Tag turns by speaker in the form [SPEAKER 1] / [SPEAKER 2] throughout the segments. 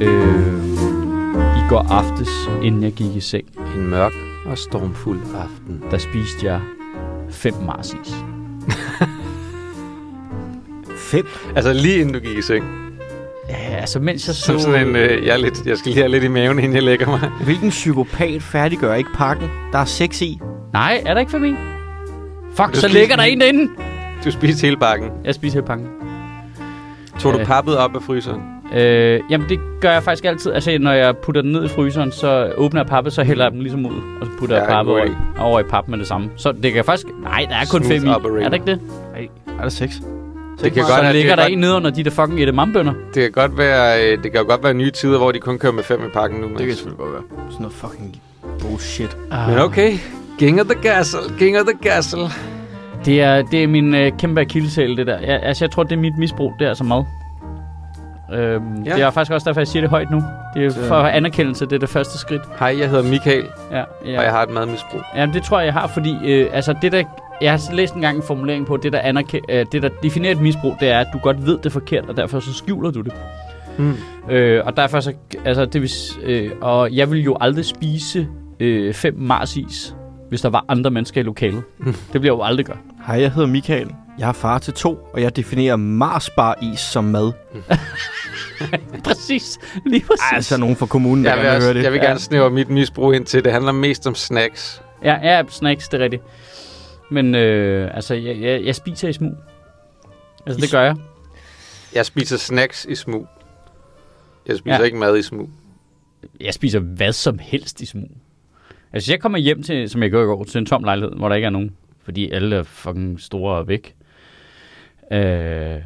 [SPEAKER 1] Øh, I går aftes, inden jeg gik i seng,
[SPEAKER 2] En mørk og stormfuld aften.
[SPEAKER 1] der spiste jeg fem marsis.
[SPEAKER 3] Fem.
[SPEAKER 2] Altså lige inden du gik i seng.
[SPEAKER 1] Ja, altså mens jeg
[SPEAKER 2] Som
[SPEAKER 1] så...
[SPEAKER 2] sådan en, øh, jeg, er lidt, jeg skal lige have lidt i maven, inden jeg lægger mig.
[SPEAKER 3] Hvilken psykopat færdiggør ikke pakken? Der er seks i.
[SPEAKER 1] Nej, er der ikke for min? Fuck,
[SPEAKER 2] Du
[SPEAKER 1] så
[SPEAKER 2] spiser
[SPEAKER 1] ligger der
[SPEAKER 2] den.
[SPEAKER 1] en derinde.
[SPEAKER 2] Du spiste hele bakken.
[SPEAKER 1] Jeg spiser hele pakken.
[SPEAKER 2] Tog du
[SPEAKER 1] Ja.
[SPEAKER 2] pappet op af fryseren?
[SPEAKER 1] Øh, jamen, det gør jeg faktisk altid. Altså, når jeg putter den ned i fryseren, så åbner jeg pappet, så hælder jeg dem ligesom ud. Og så putter
[SPEAKER 2] Ja,
[SPEAKER 1] jeg pappet
[SPEAKER 2] god
[SPEAKER 1] over, over i pap med det samme. Så det kan faktisk... Nej, der er kun
[SPEAKER 2] Smooth
[SPEAKER 1] fem i.
[SPEAKER 2] operator.
[SPEAKER 1] Er der ikke det?
[SPEAKER 3] Er der seks?
[SPEAKER 2] Det kan,
[SPEAKER 1] Så
[SPEAKER 2] godt, det,
[SPEAKER 1] ligger
[SPEAKER 2] kan
[SPEAKER 1] der
[SPEAKER 2] godt,
[SPEAKER 1] en nede under de der fucking edamambønder.
[SPEAKER 2] det kan godt være, øh, det kan jo godt være nye tider, hvor de kun kører med fem i pakken nu. Mads.
[SPEAKER 3] selvfølgelig godt være. Sådan noget fucking bullshit.
[SPEAKER 1] Ah.
[SPEAKER 2] Men okay. King of the Castle, King of the Castle.
[SPEAKER 1] Det er, det er min øh, kæmpe akilleshæl, det der. Jeg, altså, jeg tror, det er mit misbrug, det er altså mad. Øhm,
[SPEAKER 2] Ja.
[SPEAKER 1] ja. Det er faktisk også derfor, jeg siger det højt nu. Det er for anerkendelse, det er det første skridt.
[SPEAKER 2] Hej, jeg hedder Michael,
[SPEAKER 1] Ja, ja.
[SPEAKER 2] og jeg har et madmisbrug.
[SPEAKER 1] Jamen, det tror jeg, jeg har, fordi øh, altså, det der, jeg har læst engang en formulering på, at det der, anerke, øh, det, der definerer et misbrug, det er, at du godt ved det er forkert, og derfor så skjuler du det.
[SPEAKER 2] Mm.
[SPEAKER 1] Øh, og derfor så, altså, det vil, s- øh, og jeg vil jo aldrig spise øh, fem marsis, hvis der var andre mennesker i lokalet.
[SPEAKER 2] Mm.
[SPEAKER 1] det bliver jeg jo aldrig gøre.
[SPEAKER 3] Hej, jeg hedder Michael. Jeg er far til to, og jeg definerer Marsbar is som mad.
[SPEAKER 1] præcis, lige præcis.
[SPEAKER 3] Ej, altså er nogen fra kommunen, der
[SPEAKER 2] Jeg vil,
[SPEAKER 3] gerne vil
[SPEAKER 2] også,
[SPEAKER 3] høre det.
[SPEAKER 2] jeg vil
[SPEAKER 1] Ja.
[SPEAKER 2] gerne snævre mit misbrug ind til, det handler mest om snacks.
[SPEAKER 1] Ja, ja, snacks, det er rigtigt. Men øh, altså, jeg, jeg, jeg spiser i smug. Altså, det gør jeg.
[SPEAKER 2] Jeg spiser snacks i smug. Jeg spiser
[SPEAKER 1] Ja.
[SPEAKER 2] ja. ikke mad i smug.
[SPEAKER 1] Jeg spiser hvad som helst i smug. Altså, jeg kommer hjem til, som jeg gjorde i går, til en tom lejlighed, hvor der ikke er nogen. Fordi alle er fucking store og væk. Øh, så,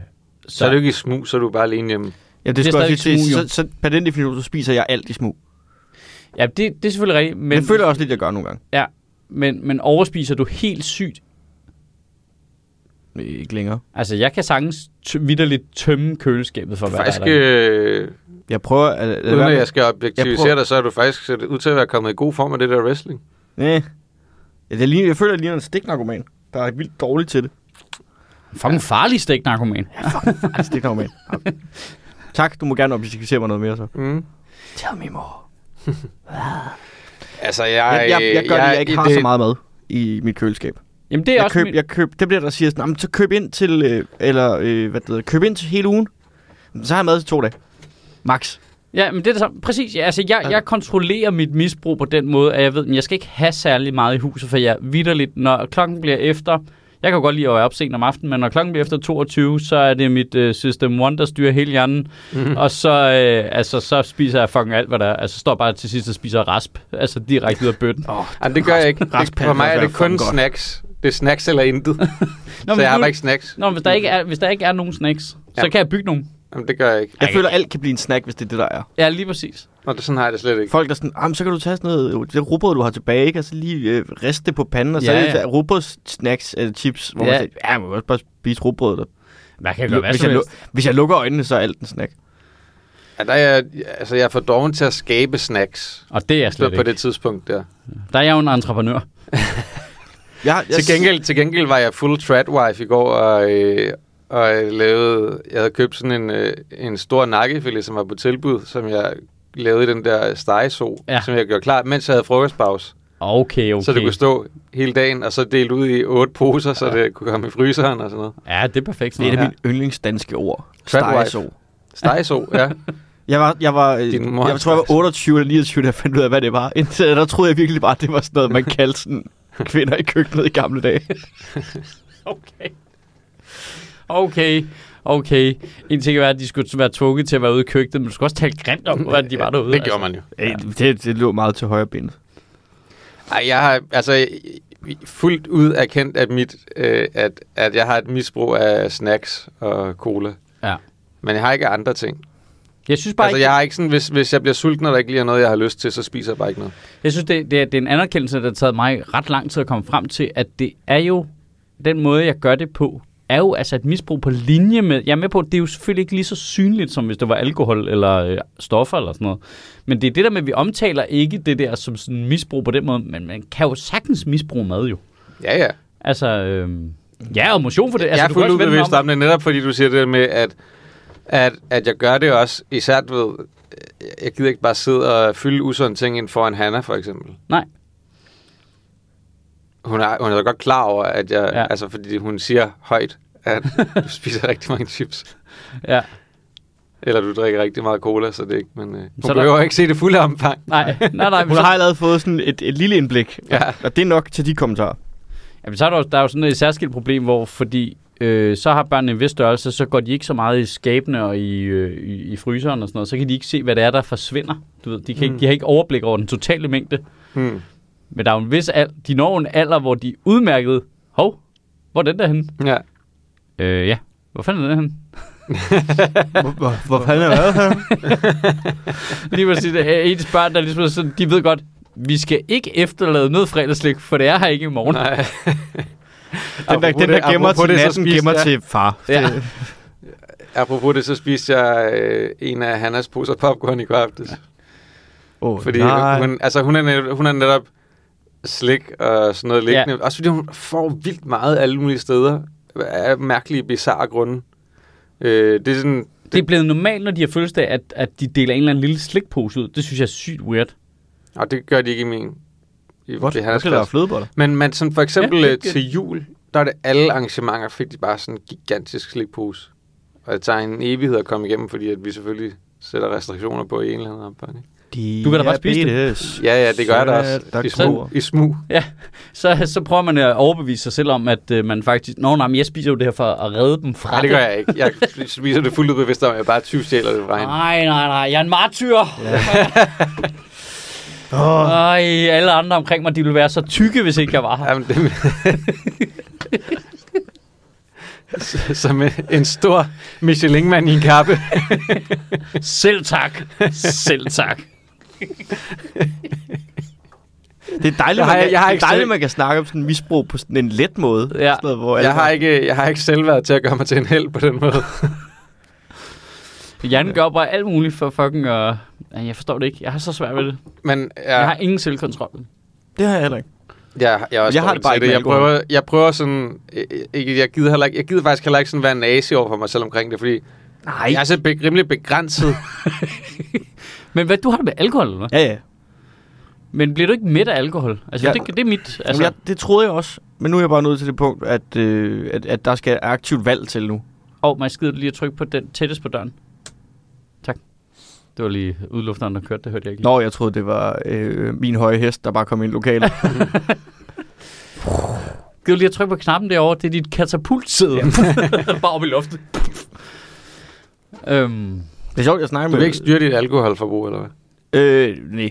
[SPEAKER 2] Så er du ikke i smug, så er du bare alene hjemme.
[SPEAKER 3] Ja,
[SPEAKER 1] Det
[SPEAKER 3] det
[SPEAKER 1] er
[SPEAKER 3] skal jeg også
[SPEAKER 1] stadig
[SPEAKER 3] lige til.
[SPEAKER 1] smug,
[SPEAKER 3] Så,
[SPEAKER 1] jo.
[SPEAKER 3] så per den definition, så spiser jeg alt i smug.
[SPEAKER 1] Ja, det, det er selvfølgelig rigtigt.
[SPEAKER 3] Men
[SPEAKER 1] Men,
[SPEAKER 3] det føler jeg også lidt, jeg gør nogle gange.
[SPEAKER 1] ja, men, men overspiser du helt sygt?
[SPEAKER 3] Ikke længere.
[SPEAKER 1] Altså, jeg kan sagtens t- vidderligt tømme køleskabet for, hvad
[SPEAKER 2] Faktisk,
[SPEAKER 1] der er derinde.
[SPEAKER 2] øh,
[SPEAKER 3] Jeg prøver at... at
[SPEAKER 2] uden
[SPEAKER 3] være-
[SPEAKER 2] at jeg skal
[SPEAKER 3] Jeg prøver-
[SPEAKER 2] objektivisere dig, så er du faktisk ser det ud til at være kommet i god form af det der wrestling.
[SPEAKER 3] Næh. Ja, det ligner, jeg føler, jeg ligner en stiknarkoman, der er vildt dårlig til det.
[SPEAKER 1] Fucking farlig stik, narkoman.
[SPEAKER 3] Altså, stiknarkoman. Okay. Tak, du må gerne objektivisere mig noget mere så.
[SPEAKER 2] Mm.
[SPEAKER 3] Tell me more.
[SPEAKER 2] Altså, jeg...
[SPEAKER 3] Jeg, jeg, jeg gør det, jeg ikke har
[SPEAKER 2] det,
[SPEAKER 3] så meget mad i mit køleskab.
[SPEAKER 1] Jamen, det er
[SPEAKER 3] Jeg
[SPEAKER 1] også
[SPEAKER 3] køb,
[SPEAKER 1] min-
[SPEAKER 3] jeg køb, det bliver der siger sådan, "Nå, men så køb ind til, øh, eller øh, hvad det hedder, køb ind til hele ugen. Jamen, Så har jeg mad til to dage. Max.
[SPEAKER 1] Ja, men det er det samme. Præcis. Ja, altså, jeg, jeg kontrollerer mit misbrug på den måde, at jeg ved, at jeg skal ikke have særlig meget i huset, for jeg vidderligt, når klokken bliver efter... Jeg kan jo godt lide at være op sent om aftenen, men når klokken bliver efter 22, så er det mit øh, System One, der styrer hele hjernen. Mm. Og så, øh, altså, så spiser jeg fucking alt, hvad der er. Altså, står bare til sidst og spiser rasp. Altså, direkte ud af bøtten.
[SPEAKER 3] Oh,
[SPEAKER 2] Jamen, det gør jeg ikke. Det,
[SPEAKER 3] Raspande
[SPEAKER 2] for mig er det
[SPEAKER 3] vil være
[SPEAKER 2] kun
[SPEAKER 3] fucking godt.
[SPEAKER 2] snacks. Det er snacks eller intet.
[SPEAKER 1] Nå,
[SPEAKER 2] så jeg har
[SPEAKER 1] nu-
[SPEAKER 2] bare ikke snacks.
[SPEAKER 1] Nå, men hvis der ikke er, hvis der ikke er nogen snacks, ja.
[SPEAKER 2] Ja.
[SPEAKER 1] så kan jeg bygge nogen.
[SPEAKER 2] Jamen, det gør jeg ikke.
[SPEAKER 3] jeg
[SPEAKER 1] Ej.
[SPEAKER 3] føler, alt kan blive en snack, hvis det er det, der er.
[SPEAKER 1] Ja, lige præcis.
[SPEAKER 2] Og det, sådan har jeg det slet ikke.
[SPEAKER 3] Folk der er sådan, "Ah, men så kan du tage sådan noget, det rugbrød, du har tilbage, ikke? og så lige øh, riste det på panden, og
[SPEAKER 1] Ja,
[SPEAKER 3] så ja, er
[SPEAKER 1] ja.
[SPEAKER 3] det der rugbrødssnacks eller chips, hvor
[SPEAKER 1] Ja.
[SPEAKER 3] man siger, ja, man kan også bare spise rugbrød. Der.
[SPEAKER 1] Man kan gøre hvad
[SPEAKER 3] hvis,
[SPEAKER 1] som
[SPEAKER 3] jeg
[SPEAKER 1] helst.
[SPEAKER 3] lu- hvis jeg lukker øjnene, så er alt en snack.
[SPEAKER 2] Ja, der er jeg, altså, jeg er for doven til at skabe snacks.
[SPEAKER 1] Og det er jeg slet
[SPEAKER 2] Slet på
[SPEAKER 1] ikke.
[SPEAKER 2] det tidspunkt der.
[SPEAKER 1] Der er jeg jo en entreprenør.
[SPEAKER 3] Jeg, jeg,
[SPEAKER 2] Til gengæld, til gengæld var jeg full trat wife i går, og, øh, og jeg, lavede, jeg havde købt sådan en, øh, en stor nakkefilet, som var på tilbud, som jeg lavede i den der stegeso,
[SPEAKER 1] Ja.
[SPEAKER 2] ja. som jeg gjorde klar, mens jeg havde frokostpause.
[SPEAKER 1] Okay, okay.
[SPEAKER 2] Okay. Så det kunne stå hele dagen, og så delt ud i otte poser, så det kunne komme i fryseren og sådan noget.
[SPEAKER 1] Ja, det er perfekt.
[SPEAKER 3] Det er
[SPEAKER 1] sådan
[SPEAKER 3] et
[SPEAKER 1] noget.
[SPEAKER 3] af mine yndlingsdanske ord.
[SPEAKER 2] Crab wife.
[SPEAKER 3] Stegeso.
[SPEAKER 2] Stegeso, ja.
[SPEAKER 3] Jeg var, jeg var, øh,
[SPEAKER 2] Din mor er
[SPEAKER 3] jeg tror, jeg var 28 eller 29, da jeg fandt ud af, hvad det var. Indtil da, der troede jeg virkelig bare, det var sådan noget, man kaldte sådan kvinder i køkkenet i gamle dage.
[SPEAKER 1] Okay. Okay, okay. En ting er, at de skulle være tvunget til at være ude i køkkenet, men du skulle også tale grimt om, hvordan de var derude. altså.
[SPEAKER 2] det gjorde man jo.
[SPEAKER 3] Ja. Det, det lå meget til højre ben.
[SPEAKER 2] Ej, jeg har altså jeg- fuldt ud erkendt, at, mit, øh, at, at jeg har et misbrug af snacks og cola.
[SPEAKER 1] altså. Ja.
[SPEAKER 2] Men jeg har ikke andre ting.
[SPEAKER 1] Jeg synes bare
[SPEAKER 2] Altså,
[SPEAKER 1] ikke,
[SPEAKER 2] jeg har ikke sådan, hvis, hvis jeg bliver sulten, og der ikke lige er noget, jeg har lyst til, så spiser jeg bare ikke noget.
[SPEAKER 1] jeg synes, det, det, er, det er en anerkendelse, der har taget mig ret lang tid at komme frem til, at det er jo den måde, jeg gør det på. er jo altså et misbrug på linje med... Jeg er med på, at det er jo selvfølgelig ikke lige så synligt, som hvis det var alkohol eller øh, stoffer eller sådan noget. Men det er det der med, at vi omtaler ikke det der som sådan misbrug på den måde, men man kan jo sagtens misbruge mad jo.
[SPEAKER 2] Ja, ja.
[SPEAKER 1] Altså, øh, ja, og motion for det. Altså,
[SPEAKER 2] Altså, jeg er
[SPEAKER 1] du kan
[SPEAKER 2] fuldt
[SPEAKER 1] også
[SPEAKER 2] ud
[SPEAKER 1] vende den
[SPEAKER 2] bevidst
[SPEAKER 1] om.
[SPEAKER 2] om det, netop fordi du siger det der med, at, at, at jeg gør det også, især du ved, øh, jeg gider ikke bare sidde og fylde usunde ting ind foran Hanna, for eksempel.
[SPEAKER 1] Nej.
[SPEAKER 2] Hun er, hun er da godt klar over, at jeg,
[SPEAKER 1] Ja.
[SPEAKER 2] ja. altså fordi hun siger højt, at du spiser rigtig mange chips,
[SPEAKER 1] Ja,
[SPEAKER 2] eller du drikker rigtig meget cola, så det er ikke, men øh, hun
[SPEAKER 1] Så der-
[SPEAKER 2] så behøver ikke se det fulde omfang.
[SPEAKER 1] nej, nej, nej. men
[SPEAKER 3] Hun
[SPEAKER 1] så-
[SPEAKER 3] har allerede fået sådan et, et lille indblik,
[SPEAKER 2] Ja.
[SPEAKER 3] og, og det er nok til de kommentarer.
[SPEAKER 1] Jamen, så er der, jo, der er jo sådan et særskilt problem, hvor fordi øh, så har børnene en vis størrelse, så går de ikke så meget i skabene og i, øh, i, i fryseren og sådan noget. Så kan de ikke se, hvad det er, der forsvinder. Du ved, de, kan ikke,
[SPEAKER 2] Mm.
[SPEAKER 1] de har ikke overblik over den totale mængde.
[SPEAKER 2] Hmm.
[SPEAKER 1] Men der er jo en vis al- de når en alder, hvor de er udmærket. Hov, hvor er den der henne?
[SPEAKER 2] Ja.
[SPEAKER 1] Øh, ja. Hvor fanden er den henne?
[SPEAKER 3] Hvor, hvor, hvor fanden er det her?
[SPEAKER 1] Lige præcis, det er ens børn, der ligesom er sådan, de ved godt, vi skal ikke efterlade noget fredagslik, for det er her ikke i morgen.
[SPEAKER 2] Nej.
[SPEAKER 3] Den der,
[SPEAKER 2] Apropos
[SPEAKER 3] den der
[SPEAKER 2] det-
[SPEAKER 3] gemmer
[SPEAKER 2] apropos
[SPEAKER 3] til
[SPEAKER 2] det, så
[SPEAKER 3] natten,
[SPEAKER 2] spiste
[SPEAKER 3] gemmer
[SPEAKER 2] jeg-
[SPEAKER 3] til far.
[SPEAKER 1] Ja.
[SPEAKER 3] Det-
[SPEAKER 2] Apropos det, så spiste jeg øh, en af Hannas poser popcorn i går aftes.
[SPEAKER 3] Åh,
[SPEAKER 2] Fordi
[SPEAKER 3] nej.
[SPEAKER 2] hun, altså, hun, er netop, hun er netop slik og sådan noget liggende. Ja. Også fordi hun får vildt meget alle mulige steder. Af mærkelige, bizarre grunde. Øh, det er sådan...
[SPEAKER 1] Det er blevet normalt, når de har fødselsdag, at, at de deler en eller anden lille slikpose ud. Det synes jeg er sygt weird.
[SPEAKER 2] Og det gør de ikke i min... I, i
[SPEAKER 3] Hvor, hvor
[SPEAKER 2] hans
[SPEAKER 3] skal der
[SPEAKER 2] klasse.
[SPEAKER 3] flødeboller?
[SPEAKER 2] Men man, sådan for eksempel
[SPEAKER 1] Ja,
[SPEAKER 2] ja,
[SPEAKER 1] det-
[SPEAKER 2] til jul, der er det alle arrangementer, fik de bare sådan en gigantisk slikpose. Og det tager en evighed at komme igennem, fordi at vi selvfølgelig sætter restriktioner på i en eller anden omfang. ikke?
[SPEAKER 1] Du kan da bare spise det.
[SPEAKER 3] det.
[SPEAKER 2] Ja, ja, det gør jeg da også. I smug. I smug.
[SPEAKER 1] Så, så prøver man at overbevise sig selv om, at øh, man faktisk... Nå, nej, men jeg spiser jo det her for at redde dem fra
[SPEAKER 2] Nej, det gør jeg ikke. Jeg spiser det fuldt ud bevidst om, at jeg bare 20 stjæler det fra hende.
[SPEAKER 1] Nej, nej, nej, jeg er en martyr.
[SPEAKER 3] Åh,
[SPEAKER 1] Ej, alle andre omkring mig, de ville være så tykke, hvis ikke jeg
[SPEAKER 3] Ah.
[SPEAKER 1] var her.
[SPEAKER 2] Jamen, det... S- Som en- en stor Michelin-mand i en kappe.
[SPEAKER 1] Selv tak. Selv tak.
[SPEAKER 3] det er dejligt,
[SPEAKER 2] Jeg har-
[SPEAKER 3] man, kan,
[SPEAKER 2] jeg har
[SPEAKER 3] det
[SPEAKER 2] ikke
[SPEAKER 3] er dejligt
[SPEAKER 2] selv-
[SPEAKER 3] man kan snakke om sådan misbrug på sådan en let måde.
[SPEAKER 1] Ja.
[SPEAKER 3] Sådan noget, hvor alle
[SPEAKER 2] Jeg har, ikke, jeg har ikke selv været til at gøre mig til en held på den måde.
[SPEAKER 1] Jan gør bare alt muligt for fucking at... Uh... Jeg forstår det ikke. Jeg har så svært ved det.
[SPEAKER 2] Men
[SPEAKER 1] Jeg
[SPEAKER 2] jeg,
[SPEAKER 1] har ingen selvkontrol.
[SPEAKER 3] Det har jeg heller ikke.
[SPEAKER 2] jeg, jeg, er også
[SPEAKER 3] Jeg har det
[SPEAKER 2] dårlig til
[SPEAKER 3] bare ikke med
[SPEAKER 2] Jeg
[SPEAKER 3] alkohol.
[SPEAKER 2] prøver, jeg prøver sådan... jeg- Jeg, jeg, gider heller ikke, jeg gider faktisk heller ikke sådan være nazi over for mig selv omkring det, fordi
[SPEAKER 1] Nej.
[SPEAKER 2] jeg er så be, rimelig begrænset.
[SPEAKER 1] Men hvad, du har det med alkohol, eller hvad?
[SPEAKER 3] Ja, ja.
[SPEAKER 1] Men bliver du ikke mæt af alkohol? Altså, ja.
[SPEAKER 3] Ja.
[SPEAKER 1] det, det er mit...
[SPEAKER 3] Altså,
[SPEAKER 1] Altså,
[SPEAKER 3] jeg, det troede jeg også. Men nu er jeg bare nået til det punkt, at, øh, at, at der skal aktivt valg til nu.
[SPEAKER 1] Åh, oh, man skider lige at trykke på den tættest på døren. Tak. Det var lige udlufteren, der kørte. Det hørte jeg ikke. lige.
[SPEAKER 3] Nå, jeg troede, det var øh, min høje hest, der bare kom ind lokalt.
[SPEAKER 1] Giv lige at trykke på knappen derovre. Det er dit katapultsæde. Bare op i luften. øhm,
[SPEAKER 3] det er sjovt, jeg snakker
[SPEAKER 2] Du
[SPEAKER 3] med...
[SPEAKER 2] vil ikke styre dit alkoholforbrug, eller hvad?
[SPEAKER 3] Øh, nej.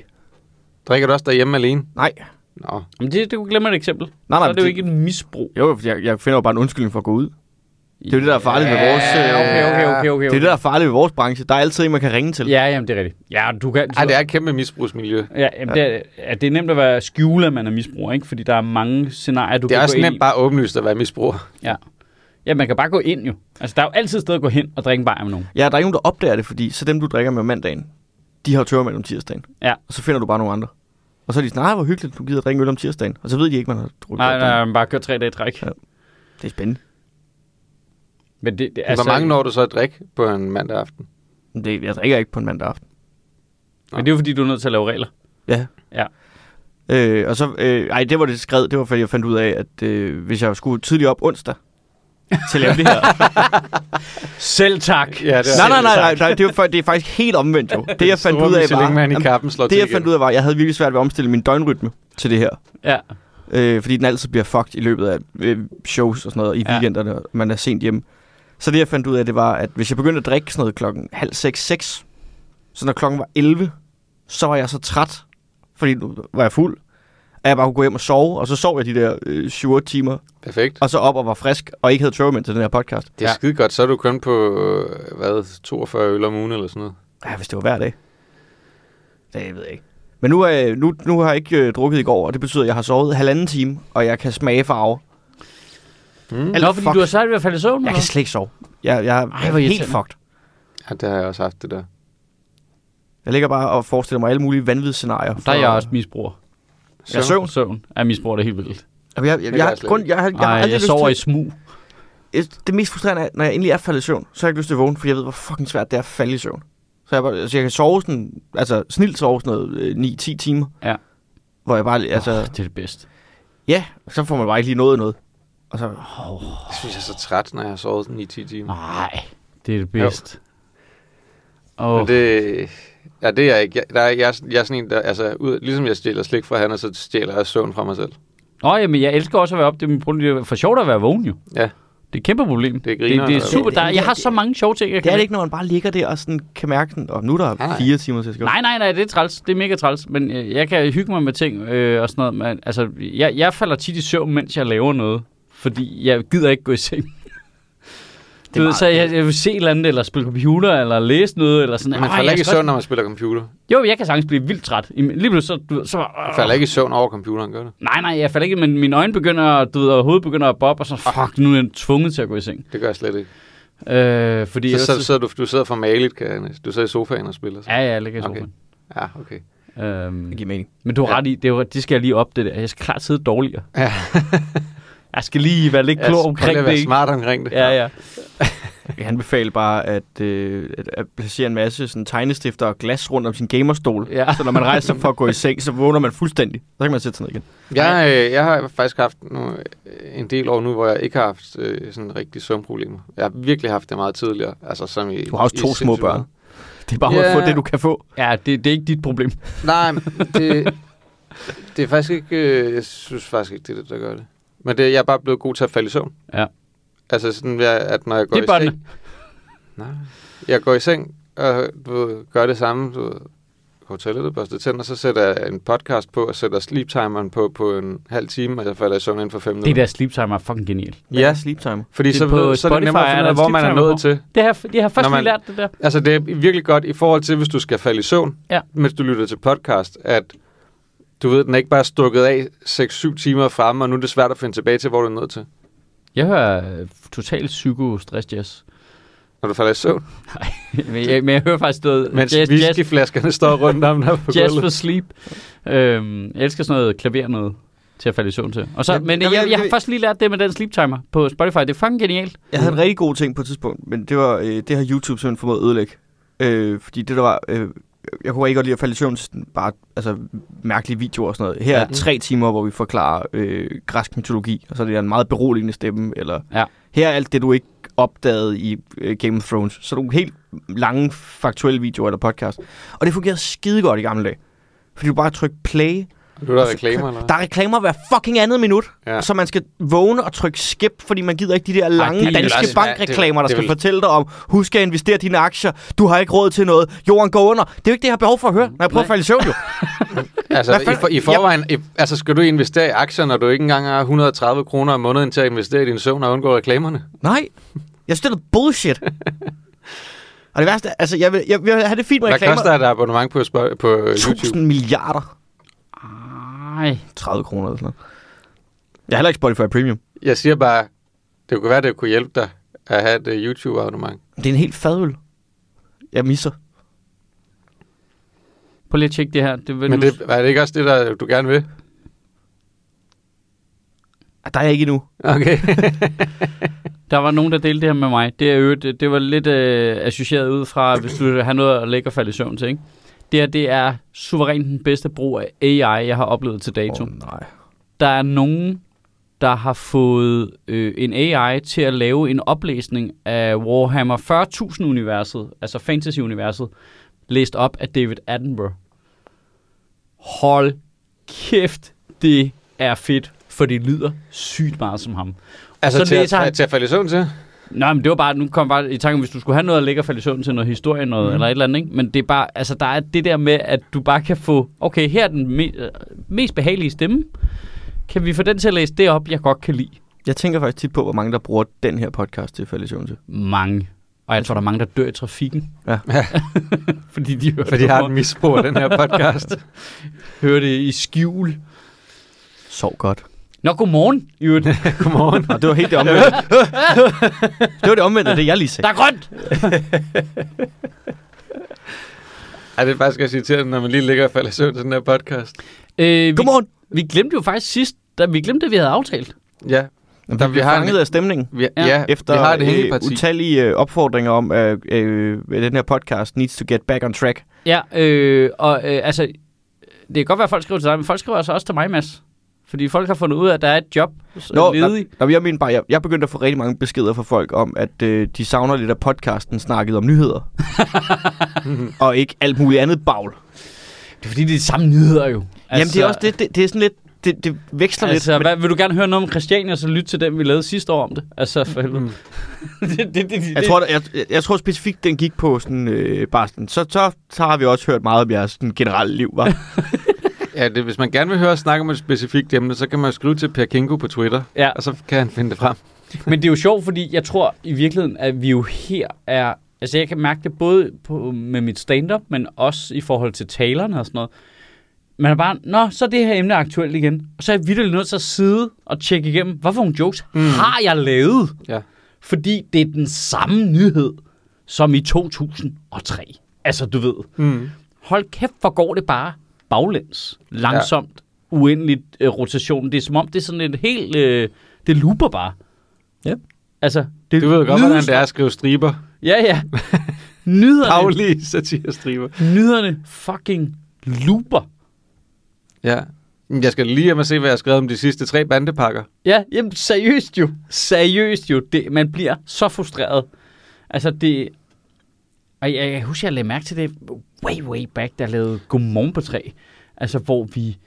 [SPEAKER 2] Drikker du også derhjemme alene?
[SPEAKER 3] Nej.
[SPEAKER 2] Nå.
[SPEAKER 1] men det, det glemmer et eksempel. Nej,
[SPEAKER 3] Nej,
[SPEAKER 1] nej,
[SPEAKER 3] nej.
[SPEAKER 1] så er det jo
[SPEAKER 3] men
[SPEAKER 1] ikke et misbrug.
[SPEAKER 3] Jo, for jeg, jeg finder jo bare en undskyldning for at gå ud. Det er jo det, der er farligt ved vores... Øh,
[SPEAKER 1] Ja, okay, okay, okay, okay.
[SPEAKER 3] Det er det, der er farligt ved vores branche. Der er altid en, man kan ringe til.
[SPEAKER 1] Ja, jamen, det er rigtigt. Ja, du kan...
[SPEAKER 2] Ej, det er et kæmpe misbrugsmiljø.
[SPEAKER 1] Ja, jamen, det, er, ja, det er nemt at være skjule, at man er misbruger, ikke? Fordi der er mange scenarier, du
[SPEAKER 2] Det er
[SPEAKER 1] kan
[SPEAKER 2] også
[SPEAKER 1] gå ind
[SPEAKER 2] nemt bare åbenlyst at være misbruger.
[SPEAKER 1] i. Ja. ja, man kan bare gå ind jo. Altså, der er jo altid et sted at gå hen og drikke en bajer med nogen.
[SPEAKER 3] Ja, der er ikke nogen, der opdager det, fordi så dem, du drikker med om mandagen, de har jo tørmænd om tirsdagen.
[SPEAKER 1] Ja.
[SPEAKER 3] Og så finder du bare nogle andre. Og så er de sådan, nej, hvor hyggeligt, du gider drikke øl om tirsdagen. Og så ved de ikke, man har drukket
[SPEAKER 1] Nej,
[SPEAKER 3] opdagen.
[SPEAKER 1] nej, man bare kørt tre dage i træk.
[SPEAKER 3] Ja. Det er spændende.
[SPEAKER 1] Men det, det,
[SPEAKER 2] Altså, Hvor mange når du så at drikke på en mandag aften?
[SPEAKER 3] Men Det, jeg drikker ikke på en mandag aften.
[SPEAKER 1] Men det er jo fordi, du er nødt til at lave regler.
[SPEAKER 3] Ja.
[SPEAKER 1] Ja.
[SPEAKER 3] Øh, og så, øh, ej, det var det skred, det var fordi jeg fandt ud af, at øh, hvis jeg skulle tidligt op onsdag til at lave det her.
[SPEAKER 1] Selv tak.
[SPEAKER 2] Ja, det er-
[SPEAKER 3] nej, nej, nej, nej, nej, det, var, for- det er faktisk helt omvendt jo. Det jeg fandt ud af var,
[SPEAKER 2] Michelin-mand i
[SPEAKER 3] jamen,
[SPEAKER 2] kappen slår
[SPEAKER 3] det
[SPEAKER 2] til
[SPEAKER 3] jeg fandt ud af var, at jeg havde virkelig svært ved at omstille min døgnrytme til det her.
[SPEAKER 1] Ja.
[SPEAKER 3] øh, fordi den altid bliver fucked i løbet af øh, shows og sådan noget, i
[SPEAKER 1] Ja.
[SPEAKER 3] weekenderne, og man er sent hjemme. Så det, jeg fandt ud af, det var, at hvis jeg begyndte at drikke sådan noget klokken halv seks, seks, så når klokken var 11, så var jeg så træt, fordi nu var jeg fuld, at jeg bare kunne gå hjem og sove, og så sov jeg de der øh, 7 timer,
[SPEAKER 2] Perfekt.
[SPEAKER 3] og så op og var frisk, og ikke havde tørmænd til den her podcast.
[SPEAKER 2] Det er
[SPEAKER 1] Ja.
[SPEAKER 2] ja. skide godt. Så er du kun på, øh, hvad, 42 øl om ugen eller sådan noget.
[SPEAKER 3] Ja, hvis det var hver dag. Det ved jeg ikke. Men nu, er, nu, øh, nu har jeg ikke øh, drukket i går, og det betyder, at jeg har sovet halvanden time, og jeg kan smage farver.
[SPEAKER 2] Mm.
[SPEAKER 3] Alt
[SPEAKER 1] Nå, fordi
[SPEAKER 3] fuck.
[SPEAKER 1] du har sejt ved at falde i søvn,
[SPEAKER 3] Jeg
[SPEAKER 1] eller?
[SPEAKER 3] kan slet ikke sove. Jeg, jeg er
[SPEAKER 1] Ej, hvor
[SPEAKER 3] helt
[SPEAKER 1] irriterende.
[SPEAKER 3] fucked.
[SPEAKER 2] Ja, det har jeg også haft det der.
[SPEAKER 3] Jeg ligger bare og forestiller mig alle mulige vanvittige scenarier.
[SPEAKER 1] Der er jeg også misbruger.
[SPEAKER 3] Jeg søvn.
[SPEAKER 1] Søvn er misbruger, det er helt vildt.
[SPEAKER 3] Jamen, Jeg, jeg,
[SPEAKER 2] kan
[SPEAKER 3] jeg,
[SPEAKER 2] jeg
[SPEAKER 3] har-
[SPEAKER 2] slet
[SPEAKER 3] grund, jeg, har- jeg,
[SPEAKER 1] Ej,
[SPEAKER 3] har
[SPEAKER 1] jeg,
[SPEAKER 3] aldrig
[SPEAKER 1] jeg
[SPEAKER 3] lyst
[SPEAKER 1] sover i
[SPEAKER 3] til,
[SPEAKER 1] smug.
[SPEAKER 3] et- det mest frustrerende er, når jeg endelig er faldet i søvn, så har jeg ikke lyst til at vågne, fordi jeg ved, hvor fucking svært det er at falde i søvn. Så jeg, bare, altså, jeg kan sove sådan, altså snilt sove sådan noget øh, 9-10 timer.
[SPEAKER 1] Ja.
[SPEAKER 3] Hvor jeg bare, altså,
[SPEAKER 1] Altså, det er det bedste.
[SPEAKER 3] ja, så får man bare ikke lige noget noget. Og så,
[SPEAKER 2] Jeg synes, jeg er så træt, når jeg har sovet sådan i 10 timer.
[SPEAKER 1] Nej, det er det
[SPEAKER 2] Jo.
[SPEAKER 1] bedste. Åh,
[SPEAKER 2] Men det, ja, det er jeg ikke. Jeg, der er, jeg, er- jeg er sådan en, der, altså, ud, ligesom jeg stjæler slik fra han, så stjæler jeg søvn fra mig selv.
[SPEAKER 1] Nå, jamen, jeg elsker også at være op. Det er min problem. Det er for sjovt at være vågen, jo.
[SPEAKER 2] Ja.
[SPEAKER 1] Det er et kæmpe problem.
[SPEAKER 2] Det er
[SPEAKER 1] det,
[SPEAKER 2] grineren
[SPEAKER 1] det er
[SPEAKER 2] at være
[SPEAKER 1] super.
[SPEAKER 3] vågen.
[SPEAKER 1] Der, jeg har så mange sjove ting, jeg
[SPEAKER 3] det
[SPEAKER 1] kan
[SPEAKER 3] er det ikke, når man bare ligger der og sådan kan mærke sådan, og nu er der
[SPEAKER 2] Nej, nej.
[SPEAKER 3] fire timer til at skrive.
[SPEAKER 1] Nej, nej, nej, det er træls. Det er mega træls. Men øh, jeg kan hygge mig med ting øh, og sådan noget. Men, altså, jeg, jeg falder tit i søvn, mens jeg laver noget. Fordi jeg gider ikke gå i seng. Du ved,
[SPEAKER 3] meget-
[SPEAKER 1] så jeg, jeg vil se et eller andet, eller spille computer, eller læse noget, eller sådan
[SPEAKER 2] Man
[SPEAKER 1] Ej,
[SPEAKER 2] falder
[SPEAKER 1] jeg
[SPEAKER 2] ikke i
[SPEAKER 1] skal
[SPEAKER 2] søvn,
[SPEAKER 1] også-
[SPEAKER 2] når man spiller computer.
[SPEAKER 1] Jo, jeg kan sagtens blive vildt træt. I- Lige pludselig så... Du, ved, så
[SPEAKER 2] Man
[SPEAKER 1] øh,
[SPEAKER 2] falder ikke i søvn over computeren, gør det?
[SPEAKER 1] Nej, nej, jeg falder ikke, men mine øjne begynder, du ved, og hovedet begynder at boppe, og så,
[SPEAKER 2] Ah.
[SPEAKER 1] fuck, nu er jeg tvunget til at gå i seng.
[SPEAKER 2] Det gør jeg slet ikke.
[SPEAKER 1] Øh, fordi
[SPEAKER 2] Så,
[SPEAKER 1] ellers
[SPEAKER 2] så, så du, du sidder for maligt, kan Du sidder i sofaen og spiller. Så.
[SPEAKER 1] Ja, ja, jeg ligger i
[SPEAKER 2] Okay.
[SPEAKER 1] sofaen.
[SPEAKER 2] Ja, okay.
[SPEAKER 1] Øhm,
[SPEAKER 3] Det giver mening.
[SPEAKER 1] men du har
[SPEAKER 2] Ja.
[SPEAKER 1] ret i, det, var, det skal jeg lige op, det der. Jeg skal klart sidde dårligere.
[SPEAKER 2] Ja.
[SPEAKER 1] Jeg skal lige være lidt
[SPEAKER 2] Jeg
[SPEAKER 1] klog
[SPEAKER 2] prøver Altså,
[SPEAKER 1] omkring
[SPEAKER 2] lige at
[SPEAKER 1] det,
[SPEAKER 2] være
[SPEAKER 1] ikke?
[SPEAKER 2] smart omkring det.
[SPEAKER 1] Ja, ja.
[SPEAKER 3] Jeg anbefaler bare at, øh, at, at placere en masse sådan, tegnestifter og glas rundt om sin gamerstol.
[SPEAKER 1] Ja.
[SPEAKER 3] Så når man rejser for at gå i seng, så vågner man fuldstændig. Så kan man sætte sig ned igen.
[SPEAKER 2] Jeg, øh, jeg har faktisk haft nu, øh, en del år nu, hvor jeg ikke har haft øh, sådan rigtige søvnproblemer. Jeg har virkelig haft det meget tidligere. Altså, som i,
[SPEAKER 3] Du har også
[SPEAKER 2] i
[SPEAKER 3] to små
[SPEAKER 2] sindssygt
[SPEAKER 3] børn.
[SPEAKER 2] meget.
[SPEAKER 3] Det er bare yeah. at få
[SPEAKER 2] Ja.
[SPEAKER 3] det, du kan få.
[SPEAKER 1] ja det, det er ikke dit problem.
[SPEAKER 2] Nej, men det, det er faktisk ikke... Øh, jeg synes faktisk ikke, det er det, der gør det. Men det, jeg er bare blevet god til at falde i søvn.
[SPEAKER 1] Ja.
[SPEAKER 2] Altså sådan, jeg, at når jeg går
[SPEAKER 1] Det er
[SPEAKER 2] i
[SPEAKER 1] børnene.
[SPEAKER 2] seng... Nej. Jeg går i seng og du ved, gør det samme. Du ved, går til toilettet, børster tænder, så sætter jeg en podcast på og sætter sleep-timeren på på en halv time, og jeg falder i søvn inden for fem
[SPEAKER 1] Det
[SPEAKER 2] minutter.
[SPEAKER 1] der sleep time er fucking genial.
[SPEAKER 3] Ja,
[SPEAKER 2] Ja,
[SPEAKER 3] sleep timer.
[SPEAKER 2] fordi
[SPEAKER 1] Det er
[SPEAKER 2] så,
[SPEAKER 1] på
[SPEAKER 2] ved, så er det
[SPEAKER 1] Spotify,
[SPEAKER 2] nemmere at
[SPEAKER 1] er
[SPEAKER 2] finde ud
[SPEAKER 1] der
[SPEAKER 2] af, hvor man er
[SPEAKER 1] sleep-timer
[SPEAKER 2] nået
[SPEAKER 1] på?
[SPEAKER 2] til.
[SPEAKER 1] Det har, jeg- det har jeg først
[SPEAKER 2] Når
[SPEAKER 1] man...
[SPEAKER 2] man-
[SPEAKER 1] lige lært det der.
[SPEAKER 2] Altså, det er virkelig godt i forhold til, hvis du skal falde i søvn,
[SPEAKER 1] Ja.
[SPEAKER 2] mens du lytter til podcast, at du ved, den er ikke bare stukket af 6-7 timer frem, og nu er det svært at finde tilbage til, hvor du er nødt til,
[SPEAKER 1] Jeg hører øh, total psyko-stress jazz.
[SPEAKER 2] når du falder i søvn.
[SPEAKER 1] men, jeg, men jeg hører faktisk noget
[SPEAKER 2] Mens
[SPEAKER 1] jazz, jazz,
[SPEAKER 2] whiskyflaskerne står rundt om dig på
[SPEAKER 1] jazz
[SPEAKER 2] gulvet.
[SPEAKER 1] for sleep. Øhm, jeg elsker sådan noget klaver noget til at falde i søvn til. Og så,
[SPEAKER 3] Jamen,
[SPEAKER 1] men jeg,
[SPEAKER 3] jamen,
[SPEAKER 1] jeg,
[SPEAKER 3] jeg-
[SPEAKER 1] jeg, har først lige lært det med den sleep timer på Spotify. Det er fucking genialt.
[SPEAKER 3] Jeg havde en rigtig god ting på et tidspunkt, men det, var, øh, det har YouTube simpelthen formået at ødelægge. Øh, fordi det der var... Øh, jeg kunne ikke godt lide at falde i søvn til sådan bare altså, mærkelige videoer og sådan noget. Her er
[SPEAKER 1] Ja.
[SPEAKER 3] tre timer, hvor vi forklarer øh, græsk mytologi, og så er det en meget beroligende stemme. Eller,
[SPEAKER 1] Ja.
[SPEAKER 3] Her er alt det, du ikke opdagede i øh, Game of Thrones. Så nogle helt lange faktuelle videoer eller podcast. Og det fungerede skide godt i gamle dage. Fordi du bare trykker play,
[SPEAKER 2] Nu er der reklamer, eller
[SPEAKER 3] Der er reklamer hver fucking andet minut,
[SPEAKER 2] Ja.
[SPEAKER 3] ja. så man skal vågne og trykke skip, fordi man gider ikke de der lange
[SPEAKER 1] det
[SPEAKER 3] Ej,
[SPEAKER 1] ville
[SPEAKER 3] danske
[SPEAKER 2] også være-
[SPEAKER 3] bankreklamer, der
[SPEAKER 2] det
[SPEAKER 3] skal
[SPEAKER 2] ville-
[SPEAKER 3] fortælle dig om, husk at investere dine aktier, du har ikke råd til noget, jorden går under. Det er jo ikke det, jeg har behov for at høre, når jeg prøver
[SPEAKER 1] Nej.
[SPEAKER 3] at falde i søvn jo.
[SPEAKER 2] Altså,
[SPEAKER 3] Hvad
[SPEAKER 2] i,
[SPEAKER 3] for-
[SPEAKER 2] for, i forvejen, i, altså, skal du investere i aktier, når du ikke engang har 130 kroner om måneden til at investere i din søvn og undgå reklamerne?
[SPEAKER 3] Nej, jeg synes, det er noget bullshit. og det værste, er, altså jeg vil, jeg vil have det fint med
[SPEAKER 2] Hvad
[SPEAKER 3] reklamer.
[SPEAKER 2] koster et abonnement på, Spo- på øh, YouTube?
[SPEAKER 3] 1000 milliarder.
[SPEAKER 1] Ej.
[SPEAKER 3] 30 kroner eller sådan noget. Jeg har heller ikke Spotify Premium.
[SPEAKER 2] Jeg siger bare, det kunne være, det kunne hjælpe dig at have et øh, YouTube-abonnement.
[SPEAKER 3] Det er en helt fadøl. Jeg misser.
[SPEAKER 1] Prøv lige at tjekke det her. Det vil
[SPEAKER 2] Men
[SPEAKER 1] nu-
[SPEAKER 2] det, er det ikke også det, der, du gerne vil?
[SPEAKER 3] Ah, Der er jeg ikke endnu.
[SPEAKER 2] Okay.
[SPEAKER 1] Der var nogen, der delte det her med mig. Det, er jo, det, det var lidt øh, associeret ud fra, hvis du har noget at lægge og falde i søvn til. Ikke? Det her det er suverænt den bedste brug af AI, jeg har oplevet til dato.
[SPEAKER 3] Åh, nej.
[SPEAKER 1] Der er nogen, der har fået øh, en AI til at lave en oplæsning af Warhammer 40.000-universet, altså fantasy-universet, læst op af David Attenborough. Hold kæft, det er fedt, for det lyder sygt meget som ham.
[SPEAKER 2] altså
[SPEAKER 1] Så
[SPEAKER 2] til,
[SPEAKER 1] læser han-
[SPEAKER 2] at, til at falde i søvn til?
[SPEAKER 1] Nej, men det var bare, nu kom bare i tanke, om, hvis du skulle have noget at lægge og falde i søvn til noget historie noget, mm. eller et eller andet, ikke? Men det er bare, altså der er det der med, at du bare kan få, okay, her er den me- øh, mest behagelige stemme. Kan vi få den til at læse det op, jeg godt kan lide?
[SPEAKER 3] Jeg tænker faktisk tit på, hvor mange der bruger den her podcast til at falde i søvn til.
[SPEAKER 1] Mange. Og jeg tror, der er mange, der dør i trafikken.
[SPEAKER 3] Ja.
[SPEAKER 1] Fordi de hører,
[SPEAKER 2] Fordi
[SPEAKER 1] det,
[SPEAKER 2] jeg har
[SPEAKER 1] over-
[SPEAKER 2] en misbrug af den her podcast.
[SPEAKER 1] hører det i skjul.
[SPEAKER 3] Sov godt.
[SPEAKER 1] Nå, godmorgen, i øvrigt.
[SPEAKER 2] Godmorgen.
[SPEAKER 3] Og det var helt det omvendte. det var det omvendte, af det jeg lige sagde.
[SPEAKER 1] Der er grønt!
[SPEAKER 2] Ej, det er faktisk også irriterende, når man lige ligger og falder i søvn til den her podcast.
[SPEAKER 1] Øh, vi,
[SPEAKER 3] Godmorgen!
[SPEAKER 1] vi glemte jo faktisk sidst, da vi glemte, at vi havde aftalt.
[SPEAKER 2] Ja,
[SPEAKER 3] Jamen,
[SPEAKER 2] Der-
[SPEAKER 3] vi
[SPEAKER 2] vi
[SPEAKER 3] bliver
[SPEAKER 2] har en-
[SPEAKER 3] fanget af stemningen.
[SPEAKER 2] vi,
[SPEAKER 1] Ja.
[SPEAKER 2] ja, ja
[SPEAKER 3] Efter
[SPEAKER 2] vi har et
[SPEAKER 3] øh,
[SPEAKER 2] hængeparti.
[SPEAKER 3] utallige øh, opfordringer om, at øh, øh, den her podcast needs to get back on track.
[SPEAKER 1] Ja, øh, og øh, altså, det kan godt være, at folk skriver til dig, men folk skriver altså også til mig, Mads. Fordi folk har fundet ud af, at der er et job Nå, ledig.
[SPEAKER 3] Nå, jeg mener bare, jeg, jeg begyndte at få rigtig mange beskeder fra folk om, at øh, de savner lidt af podcasten snakket om nyheder. og ikke alt muligt andet bagl.
[SPEAKER 1] Det er fordi, det er de samme nyheder jo.
[SPEAKER 3] Altså, Jamen det er også det, det, det er sådan lidt, det, det veksler
[SPEAKER 1] Altså,
[SPEAKER 3] lidt. men-
[SPEAKER 1] hvad, vil du gerne høre noget om Christiania, så lyt til den, vi lavede sidste år om det. Altså, for helvede.
[SPEAKER 2] Mm.
[SPEAKER 1] det, det, det, det,
[SPEAKER 3] Jeg tror, der, jeg, jeg- jeg tror specifikt, den gik på sådan, øh, bare sådan, så, så, så har vi også hørt meget om jeres sådan, generelle liv, var.
[SPEAKER 2] Ja, det, hvis man gerne vil høre os snakke om et specifikt emne, så kan man jo skrive til Per Kinko på Twitter,
[SPEAKER 1] Ja.
[SPEAKER 2] og så kan han finde det frem.
[SPEAKER 1] Men det er jo sjovt, fordi jeg tror i virkeligheden, at vi jo her er... Altså, jeg kan mærke det både på, med mit stand-up, men også i forhold til talerne og sådan noget. Man er bare, nå, så er det her emne aktuelt igen. Og så er jeg vildt nødt til at sidde og tjekke igennem, hvad for nogle jokes mm. har jeg lavet?
[SPEAKER 2] Ja.
[SPEAKER 1] Fordi det er den samme nyhed som i 2003. Altså, du ved.
[SPEAKER 2] Mm.
[SPEAKER 1] Hold kæft, hvor går det bare baglæns, langsomt, ja. uendeligt øh, rotation. Det er som om, det er sådan et helt... Øh, det looper bare.
[SPEAKER 3] Ja.
[SPEAKER 1] Altså,
[SPEAKER 2] Du ved godt, hvordan det
[SPEAKER 1] nyhederne-
[SPEAKER 2] er at skrive striber.
[SPEAKER 1] Ja, ja. Nyderne,
[SPEAKER 2] Daglige satirestriber.
[SPEAKER 1] nyderne fucking looper.
[SPEAKER 2] Ja. Men Jeg skal lige hjem og se, hvad jeg har skrevet om de sidste tre bandepakker.
[SPEAKER 1] Ja, jamen seriøst jo. Seriøst jo. Det, man bliver så frustreret. Altså det... Og jeg, jeg husker, jeg lagde mærke til det way, way back, der lavede Godmorgen på 3. Altså, hvor vi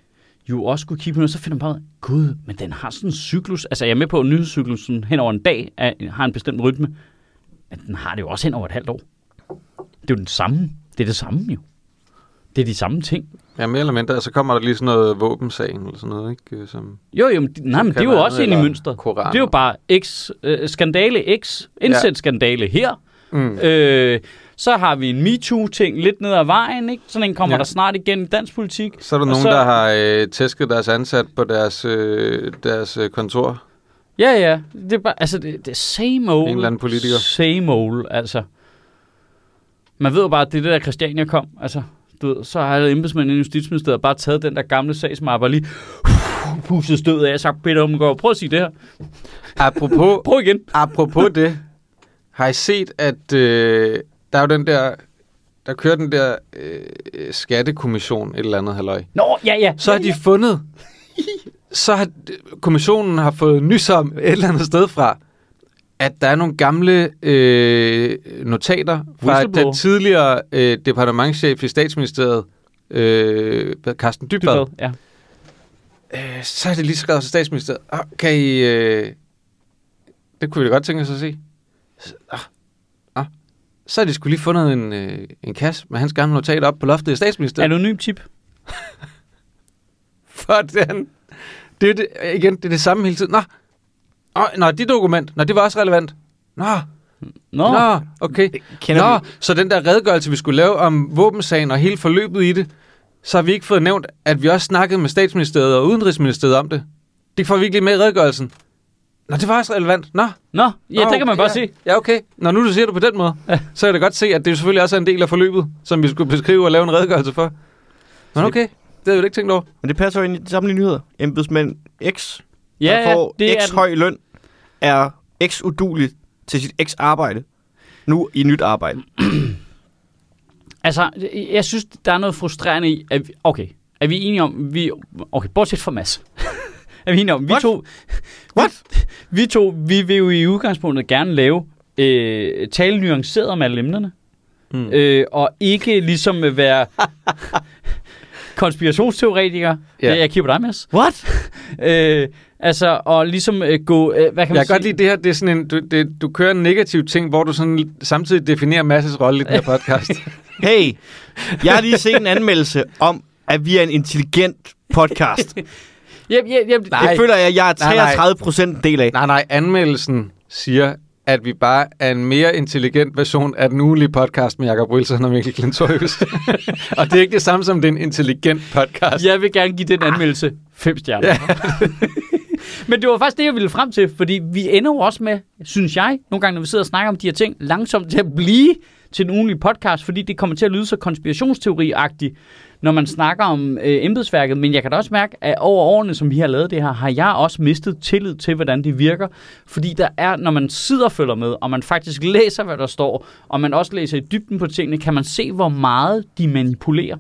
[SPEAKER 1] jo også skulle kigge på noget, så finder man bare, ud af, gud, men den har sådan en cyklus. Altså, jeg er med på, at nyhedscyklusen hen over en dag er, har en bestemt rytme, men den har det jo også hen over et halvt år. Det er jo den samme. Det er det samme jo. Det er de samme ting.
[SPEAKER 2] Ja, mere eller mindre. Og så kommer der lige sådan noget våbensagen eller sådan noget, ikke? Øh, Som...
[SPEAKER 1] Jo, jo, men, de- nej, men det
[SPEAKER 2] kan
[SPEAKER 1] er jo
[SPEAKER 2] man
[SPEAKER 1] også ind i
[SPEAKER 2] eller
[SPEAKER 1] mønstret.
[SPEAKER 2] koraner.
[SPEAKER 1] Det er jo bare X, øh, skandale X, indsæt ja. skandale her.
[SPEAKER 2] Mm.
[SPEAKER 1] Øh, så har vi en MeToo-ting lidt ned ad vejen, ikke? Sådan en kommer ja.
[SPEAKER 2] Ja.
[SPEAKER 1] der snart igen i dansk politik.
[SPEAKER 2] Så er der
[SPEAKER 1] Og så-
[SPEAKER 2] nogen, så... der har øh, tæsket deres ansat på deres, øh, deres øh, kontor.
[SPEAKER 1] Ja, ja. Det er bare, altså, det, det er same old.
[SPEAKER 2] En eller anden politiker.
[SPEAKER 1] Same old, altså. Man ved jo bare, at det er det der Christiania kom, altså. Du ved, så har alle embedsmændene i Justitsministeriet bare taget den der gamle sagsmappe og lige pustet stødet af og sagt, Peter Omgaard, prøv at sige det her.
[SPEAKER 2] Apropos,
[SPEAKER 1] Prøv igen.
[SPEAKER 2] apropos det, har I set, at øh, der er jo den der... Der kører den der øh, skattekommission, et eller andet halløj.
[SPEAKER 1] Nå, ja, ja.
[SPEAKER 2] Så har de fundet... Så har kommissionen har fået nys om et eller andet sted fra, at der er nogle gamle øh, notater fra
[SPEAKER 1] Whistleblower.
[SPEAKER 2] den tidligere øh, departementchef i statsministeriet, øh, Carsten
[SPEAKER 1] Dybvad,
[SPEAKER 2] Dybvad.
[SPEAKER 1] Ja.
[SPEAKER 2] Øh, så er det lige skrevet til statsministeriet. Ah, kan I... Øh... Det kunne vi da godt tænke os at se. Så, ah, ah. så har de skulle lige fundet en, øh, en kasse med hans gamle notat op på loftet i statsministeriet.
[SPEAKER 1] Anonym tip.
[SPEAKER 2] Hvordan? Det er det, igen, det er det samme hele tiden. Nå, oh, nå det dokument, nå, det var også relevant. Nå,
[SPEAKER 1] Nå.
[SPEAKER 2] oh. nå, okay.
[SPEAKER 3] Kender
[SPEAKER 2] nå, så den der redegørelse, vi skulle lave om våbensagen og hele forløbet i det, så har vi ikke fået nævnt, at vi også snakkede med statsministeriet og udenrigsministeriet om det. Det får vi ikke lige med i redegørelsen. Nå, det var også relevant. Nå,
[SPEAKER 1] Nå, ja,
[SPEAKER 2] nå,
[SPEAKER 1] det kan man
[SPEAKER 2] okay,
[SPEAKER 1] bare
[SPEAKER 2] ja,
[SPEAKER 1] se.
[SPEAKER 2] Ja, okay. Nå, nu du siger det på den måde,
[SPEAKER 1] Ja.
[SPEAKER 2] så kan jeg da godt se, at det jo selvfølgelig også er en del af forløbet, som vi skulle beskrive og lave en redegørelse for. Men
[SPEAKER 3] det-
[SPEAKER 2] okay, det havde vi da ikke tænkt over.
[SPEAKER 3] Men det passer jo ind i de samme nyheder. Embedsmænd X,
[SPEAKER 1] Ja,
[SPEAKER 3] der får
[SPEAKER 1] det
[SPEAKER 3] X
[SPEAKER 1] er den.
[SPEAKER 3] høj løn, er X udulig til sit X arbejde. Nu i nyt arbejde.
[SPEAKER 1] Altså, jeg synes, der er noget frustrerende i, at vi, okay, er vi enige om, vi, okay, bortset fra Mads. er vi enige om, vi
[SPEAKER 3] What?
[SPEAKER 1] to,
[SPEAKER 3] What?
[SPEAKER 1] vi to, vi vil jo i udgangspunktet gerne lave, øh, tale nuanceret om alle emnerne,
[SPEAKER 2] Mm.
[SPEAKER 1] øh, og ikke ligesom øh, være konspirationsteoretikere.
[SPEAKER 2] Ja.
[SPEAKER 1] Ja. Jeg kigger på dig, Mads.
[SPEAKER 3] What?
[SPEAKER 1] Øh, altså, og ligesom øh, gå, øh, hvad kan man
[SPEAKER 2] Jeg kan
[SPEAKER 1] sige?
[SPEAKER 2] godt lide det her, det er sådan en, du, det, du kører en negativ ting, hvor du sådan samtidig definerer masses rolle i den her podcast.
[SPEAKER 3] Hey, jeg har lige set en anmeldelse om, at vi er en intelligent podcast.
[SPEAKER 1] Jep, jep, jep,
[SPEAKER 3] det føler jeg, at jeg er
[SPEAKER 2] Nej, nej.
[SPEAKER 3] 33 procent en del af.
[SPEAKER 2] nej, nej, anmeldelsen siger, at vi bare er en mere intelligent version af den ugenlige podcast med Jacob Wilson og Mikkel Klintorius. og det er ikke det samme som, det er en intelligent podcast.
[SPEAKER 1] Jeg vil gerne give den anmeldelse 5 stjerner. Ja. Men det var faktisk det, jeg ville frem til, fordi vi ender jo også med, synes jeg, nogle gange, når vi sidder og snakker om de her ting, langsomt til at blive til en ugenlig podcast, fordi det kommer til at lyde så konspirationsteoriagtigt, når man snakker om øh, embedsværket. Men jeg kan da også mærke, at over årene, som vi har lavet det her, har jeg også mistet tillid til, hvordan det virker. Fordi der er, når man sidder og følger med, og man faktisk læser, hvad der står, og man også læser i dybden på tingene, kan man se, hvor meget de manipulerer.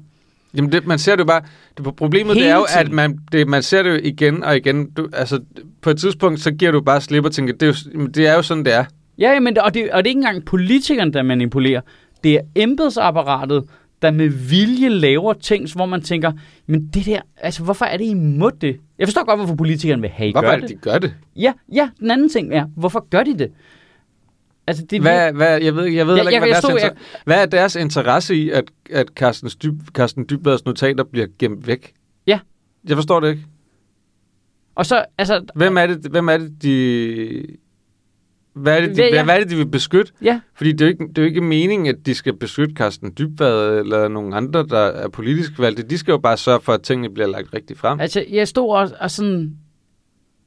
[SPEAKER 2] Jamen, det, man ser det jo bare... Det, problemet
[SPEAKER 1] Hele
[SPEAKER 2] det er jo,
[SPEAKER 1] tiden.
[SPEAKER 2] at man, det, man ser det jo igen og igen. Du, altså, på et tidspunkt, så giver du bare slip og tænker, det er jo, jamen, det er jo sådan, det er.
[SPEAKER 1] Ja, men og det, og det er ikke engang politikerne, der manipulerer. Det er embedsapparatet, der med vilje laver ting, hvor man tænker, men det der, altså hvorfor er det imod det? Jeg forstår godt, hvorfor politikerne vil have, I
[SPEAKER 2] Hvorfor
[SPEAKER 1] gør
[SPEAKER 2] er det, de gør det?
[SPEAKER 1] Ja, ja, den anden ting er, hvorfor gør de det? Altså, det er virkelig-
[SPEAKER 2] Hvad, hvad, jeg ved, jeg ved
[SPEAKER 1] Ja,
[SPEAKER 2] heller
[SPEAKER 1] jeg-
[SPEAKER 2] ikke,
[SPEAKER 1] jeg
[SPEAKER 2] hvad,
[SPEAKER 1] stod-
[SPEAKER 2] deres inter- hvad er deres interesse i, at, at Carsten, Dyb, Carsten Dybvads notater bliver gemt væk?
[SPEAKER 1] Ja.
[SPEAKER 2] Jeg forstår det ikke.
[SPEAKER 1] Og så, altså,
[SPEAKER 2] Hvem er det, hvem er det de... Hvad er det, de,
[SPEAKER 1] Hvad- ja.
[SPEAKER 2] hvad, hvad er det, de vil beskytte?
[SPEAKER 1] ja,
[SPEAKER 2] Fordi det er, jo ikke, det er jo ikke meningen, at de skal beskytte Carsten Dybvad eller nogen andre, der er politisk valgte. De skal jo bare sørge for, at tingene bliver lagt rigtigt frem.
[SPEAKER 1] altså, jeg stod og, og sådan,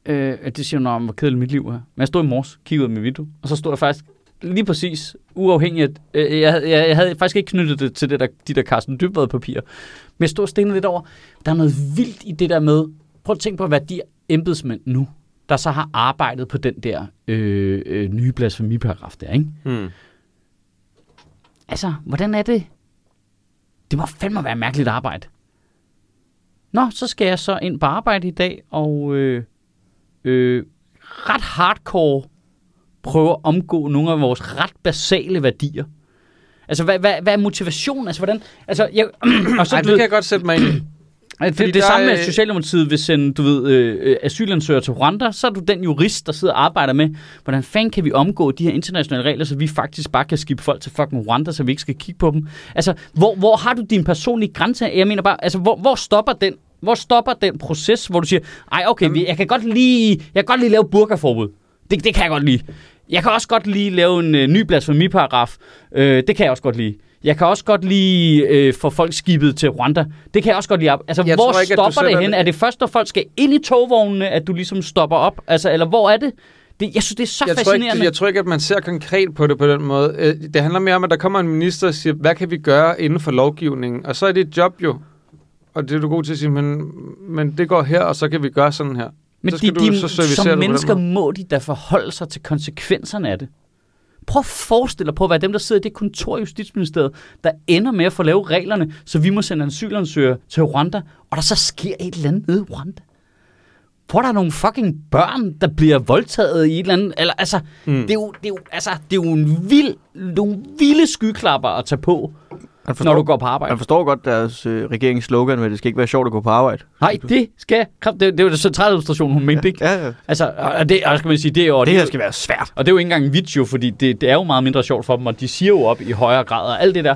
[SPEAKER 1] øh, det siger jo noget om, hvor kedeligt mit liv er. Men jeg stod i morges, kiggede ud af mit vindue, og så stod jeg faktisk lige præcis uafhængigt. Øh, jeg, havde- jeg, jeg havde faktisk ikke knyttet det til det der, de der Carsten Dybvad papirer. Men jeg stod og stenede lidt over, der er noget vildt i det der med, prøv at tænke på, hvad de embedsmænd nu, der så har arbejdet på den der øh, øh, nye blasfemiparagraf der, ikke?
[SPEAKER 2] Hmm.
[SPEAKER 1] Altså, hvordan er det? Det må fandme være mærkeligt arbejde. Nå, så skal jeg så ind på arbejde i dag, og øh, øh, ret hardcore prøve at omgå nogle af vores ret basale værdier. Altså, hvad, hvad, hvad er motivationen? Altså, hvordan... Altså, jeg, og så, Ej,
[SPEAKER 2] Ej, det kan jeg godt sætte mig ind i.
[SPEAKER 1] det,
[SPEAKER 2] Fordi
[SPEAKER 1] det
[SPEAKER 2] der
[SPEAKER 1] samme med,
[SPEAKER 2] er-
[SPEAKER 1] at Socialdemokratiet vil sende du ved, øh, øh, asylansøgere til Rwanda, så er du den jurist, der sidder og arbejder med, hvordan fanden kan vi omgå de her internationale regler, så vi faktisk bare kan skifte folk til fucking Rwanda, så vi ikke skal kigge på dem. Altså, hvor, hvor har du din personlige grænse? Jeg mener bare, altså, hvor, hvor stopper den hvor stopper den proces, hvor du siger, ej okay, vi- jeg kan godt lige, jeg kan godt lige lave burkaforbud. Det, det kan jeg godt lide. Jeg kan også godt lige lave en øh, ny blasfemiparagraf. Øh, det kan jeg også godt lide. Jeg kan også godt lige øh, få folk skibet til Rwanda. Det kan jeg også godt lide. Altså,
[SPEAKER 2] Jeg
[SPEAKER 1] hvor
[SPEAKER 2] tror ikke, at du
[SPEAKER 1] stopper det
[SPEAKER 2] sætter
[SPEAKER 1] hen?
[SPEAKER 2] det-
[SPEAKER 1] Er det først, når folk skal ind i togvognene, at du ligesom stopper op? Altså, eller hvor er det? det jeg synes, det er så
[SPEAKER 2] jeg tror,
[SPEAKER 1] fascinerende.
[SPEAKER 2] ikke, jeg tror ikke, at man ser konkret på det på den måde. Øh, Det handler mere om, at der kommer en minister og siger, hvad kan vi gøre inden for lovgivningen? Og så er det et job jo. Og det er du god til at sige, men, men det går her, og så kan vi gøre sådan her.
[SPEAKER 1] Men
[SPEAKER 2] så
[SPEAKER 1] de,
[SPEAKER 2] skal du
[SPEAKER 1] de,
[SPEAKER 2] så servicere det på
[SPEAKER 1] som
[SPEAKER 2] den
[SPEAKER 1] mennesker
[SPEAKER 2] måde.
[SPEAKER 1] må de da forholde sig til konsekvenserne af det. Prøv at forestille dig på, hvad dem, der sidder i det kontor i Justitsministeriet, der ender med at få lavet reglerne, så vi må sende asylansøgere til Rwanda, og der så sker et eller andet nede i Rwanda. Hvor der er nogle fucking børn, der bliver voldtaget i et eller andet... Eller, altså, mm. det, er jo, det, er jo, altså, det er jo en vild, nogle vilde skyklapper at tage på,
[SPEAKER 3] Han
[SPEAKER 1] når du går på arbejde.
[SPEAKER 3] Man forstår godt deres øh, regerings slogan med, at det skal ikke være sjovt at gå på arbejde.
[SPEAKER 1] Nej, det skal... Det, det var det centraladministration, hun mente, ikke?
[SPEAKER 3] Ja, ja.
[SPEAKER 1] Altså, og og det, og skal man sige, det er jo...
[SPEAKER 3] Og det her skal være svært.
[SPEAKER 1] Og det er jo ikke engang en vits jo, fordi det, det er jo meget mindre sjovt for dem, og de siger jo op i højere grad og alt det der.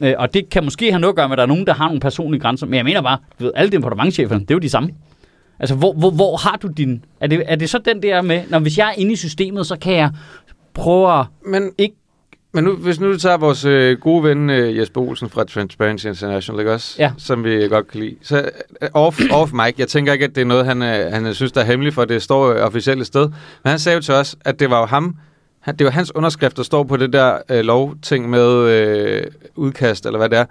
[SPEAKER 1] Øh, og det kan måske have noget at gøre med, at der er nogen, der har nogle personlige grænser. Men jeg mener bare, du ved, alle departementcheferne, det er jo de samme. Altså, hvor, hvor, hvor har du din... Er det, er det så den der med, når hvis jeg er inde i systemet, så kan jeg prøve at...
[SPEAKER 2] Men,
[SPEAKER 1] Ikke-
[SPEAKER 2] men nu, hvis nu du tager vores øh, gode ven øh, Jesper Olsen fra Transparency International, ikke også?
[SPEAKER 1] Ja.
[SPEAKER 2] Som vi godt kan lide. Så øh, off, off mic, jeg tænker ikke, at det er noget, han, øh, han øh, synes, der er hemmeligt, for det står øh, officielt et sted. Men han sagde jo til os, at det var jo ham, han, det var hans underskrift, der står på det der øh, lovting med øh, udkast, eller hvad det er.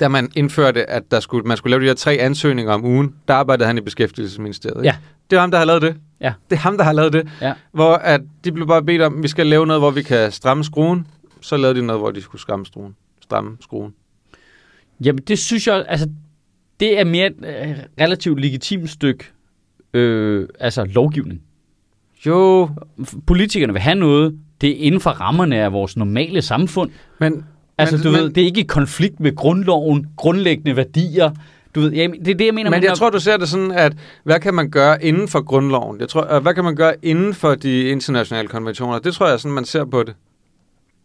[SPEAKER 2] Da man indførte, at der skulle, man skulle lave de her tre ansøgninger om ugen, der arbejdede han i Beskæftigelsesministeriet. ikke?
[SPEAKER 1] Ja.
[SPEAKER 2] Det er ham, der har lavet det.
[SPEAKER 1] Ja.
[SPEAKER 2] Det er ham, der har lavet det.
[SPEAKER 1] Ja.
[SPEAKER 2] Hvor at de blev bare bedt om, at vi skal lave noget, hvor vi kan stramme skruen. Så lavede de noget, hvor de skulle stramme skruen. Stramme skruen.
[SPEAKER 1] Jamen, det synes jeg... Altså, det er mere et øh, relativt legitimt stykke øh, altså, lovgivning.
[SPEAKER 2] Jo,
[SPEAKER 1] Politikerne vil have noget. Det er inden for rammerne af vores normale samfund.
[SPEAKER 2] men...
[SPEAKER 1] Altså,
[SPEAKER 2] men,
[SPEAKER 1] du
[SPEAKER 2] men,
[SPEAKER 1] ved, det er ikke i konflikt med grundloven, grundlæggende værdier. Du ved, jeg, det er det, jeg mener.
[SPEAKER 2] Men
[SPEAKER 1] med,
[SPEAKER 2] jeg tror, du ser det sådan, at hvad kan man gøre inden for grundloven? Jeg tror, øh, hvad kan man gøre inden for de internationale konventioner? Det tror jeg sådan, man ser på det.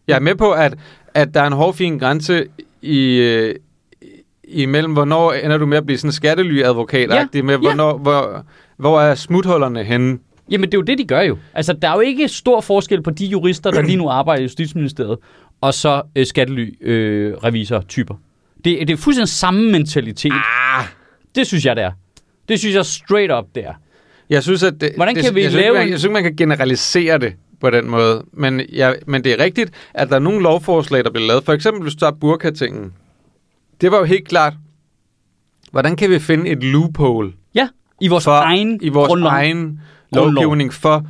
[SPEAKER 2] Jeg er med på, at, at der er en hårfin grænse i, øh, i- imellem, hvornår ender du med at blive sådan en skattelyadvokat
[SPEAKER 1] Ja,
[SPEAKER 2] ja. med,
[SPEAKER 1] ja.
[SPEAKER 2] hvornår, hvor, hvor er smuthullerne henne?
[SPEAKER 1] Jamen, det er jo det, de gør jo. Altså, der er jo ikke stor forskel på de jurister, der lige nu arbejder i Justitsministeriet, og så øh, skattely-revisor-typer. det, det er fuldstændig samme mentalitet. Ah. Det synes jeg, det er. Det synes jeg straight up, det er.
[SPEAKER 2] Jeg synes, at det,
[SPEAKER 1] Hvordan
[SPEAKER 2] det,
[SPEAKER 1] kan vi
[SPEAKER 2] jeg, synes, ikke,
[SPEAKER 1] lave
[SPEAKER 2] man,
[SPEAKER 1] en-
[SPEAKER 2] jeg synes ikke, man kan generalisere det på den måde. Men, jeg, men det er rigtigt, at der er nogle lovforslag, der bliver lavet. For eksempel, hvis du tager burkatingen. Det var jo helt klart, hvordan kan vi finde et loophole
[SPEAKER 1] Ja, i vores
[SPEAKER 2] for,
[SPEAKER 1] egen
[SPEAKER 2] i vores
[SPEAKER 1] grundlov.
[SPEAKER 2] egen
[SPEAKER 1] Grundlov.
[SPEAKER 2] lovgivning for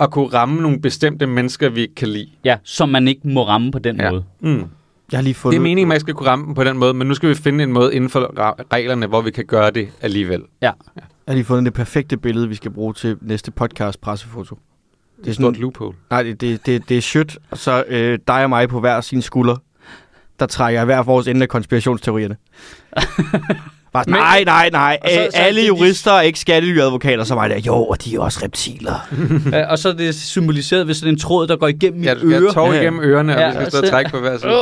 [SPEAKER 2] at kunne ramme nogle bestemte mennesker, vi ikke kan lide.
[SPEAKER 1] Ja, som man ikke må ramme på den
[SPEAKER 2] Ja.
[SPEAKER 1] måde.
[SPEAKER 2] Mm.
[SPEAKER 3] Jeg har lige fundet
[SPEAKER 2] Det er meningen, man skal kunne ramme dem på den måde, men nu skal vi finde en måde inden for ra- reglerne, hvor vi kan gøre det alligevel.
[SPEAKER 1] Ja.
[SPEAKER 3] Jeg har lige fundet det perfekte billede, vi skal bruge til næste podcast pressefoto.
[SPEAKER 2] Det er et
[SPEAKER 3] Mm.
[SPEAKER 2] stort loophole.
[SPEAKER 3] Nej, det, det, det, det er shit. Og så øh, dig og mig på hver sin skulder. Der trækker jeg hver vores ende af konspirationsteorierne. Bare sådan,
[SPEAKER 1] Men-
[SPEAKER 3] nej, nej, nej.
[SPEAKER 1] Og så-
[SPEAKER 3] øh,
[SPEAKER 1] så er
[SPEAKER 3] alle
[SPEAKER 1] det de-
[SPEAKER 3] jurister er ikke skattelyeadvokater som mig der. Jo, og de er også reptiler.
[SPEAKER 1] Øh, og så er det symboliseret ved sådan en tråd, der går igennem
[SPEAKER 2] Ja,
[SPEAKER 1] ja,
[SPEAKER 2] du
[SPEAKER 1] mit
[SPEAKER 2] skal have
[SPEAKER 1] øre.
[SPEAKER 2] tår
[SPEAKER 3] Ja, ja.
[SPEAKER 2] igennem ørerne, og
[SPEAKER 1] Ja,
[SPEAKER 2] vi skal stå og
[SPEAKER 1] altså-
[SPEAKER 2] trække på hver side.
[SPEAKER 1] Øh.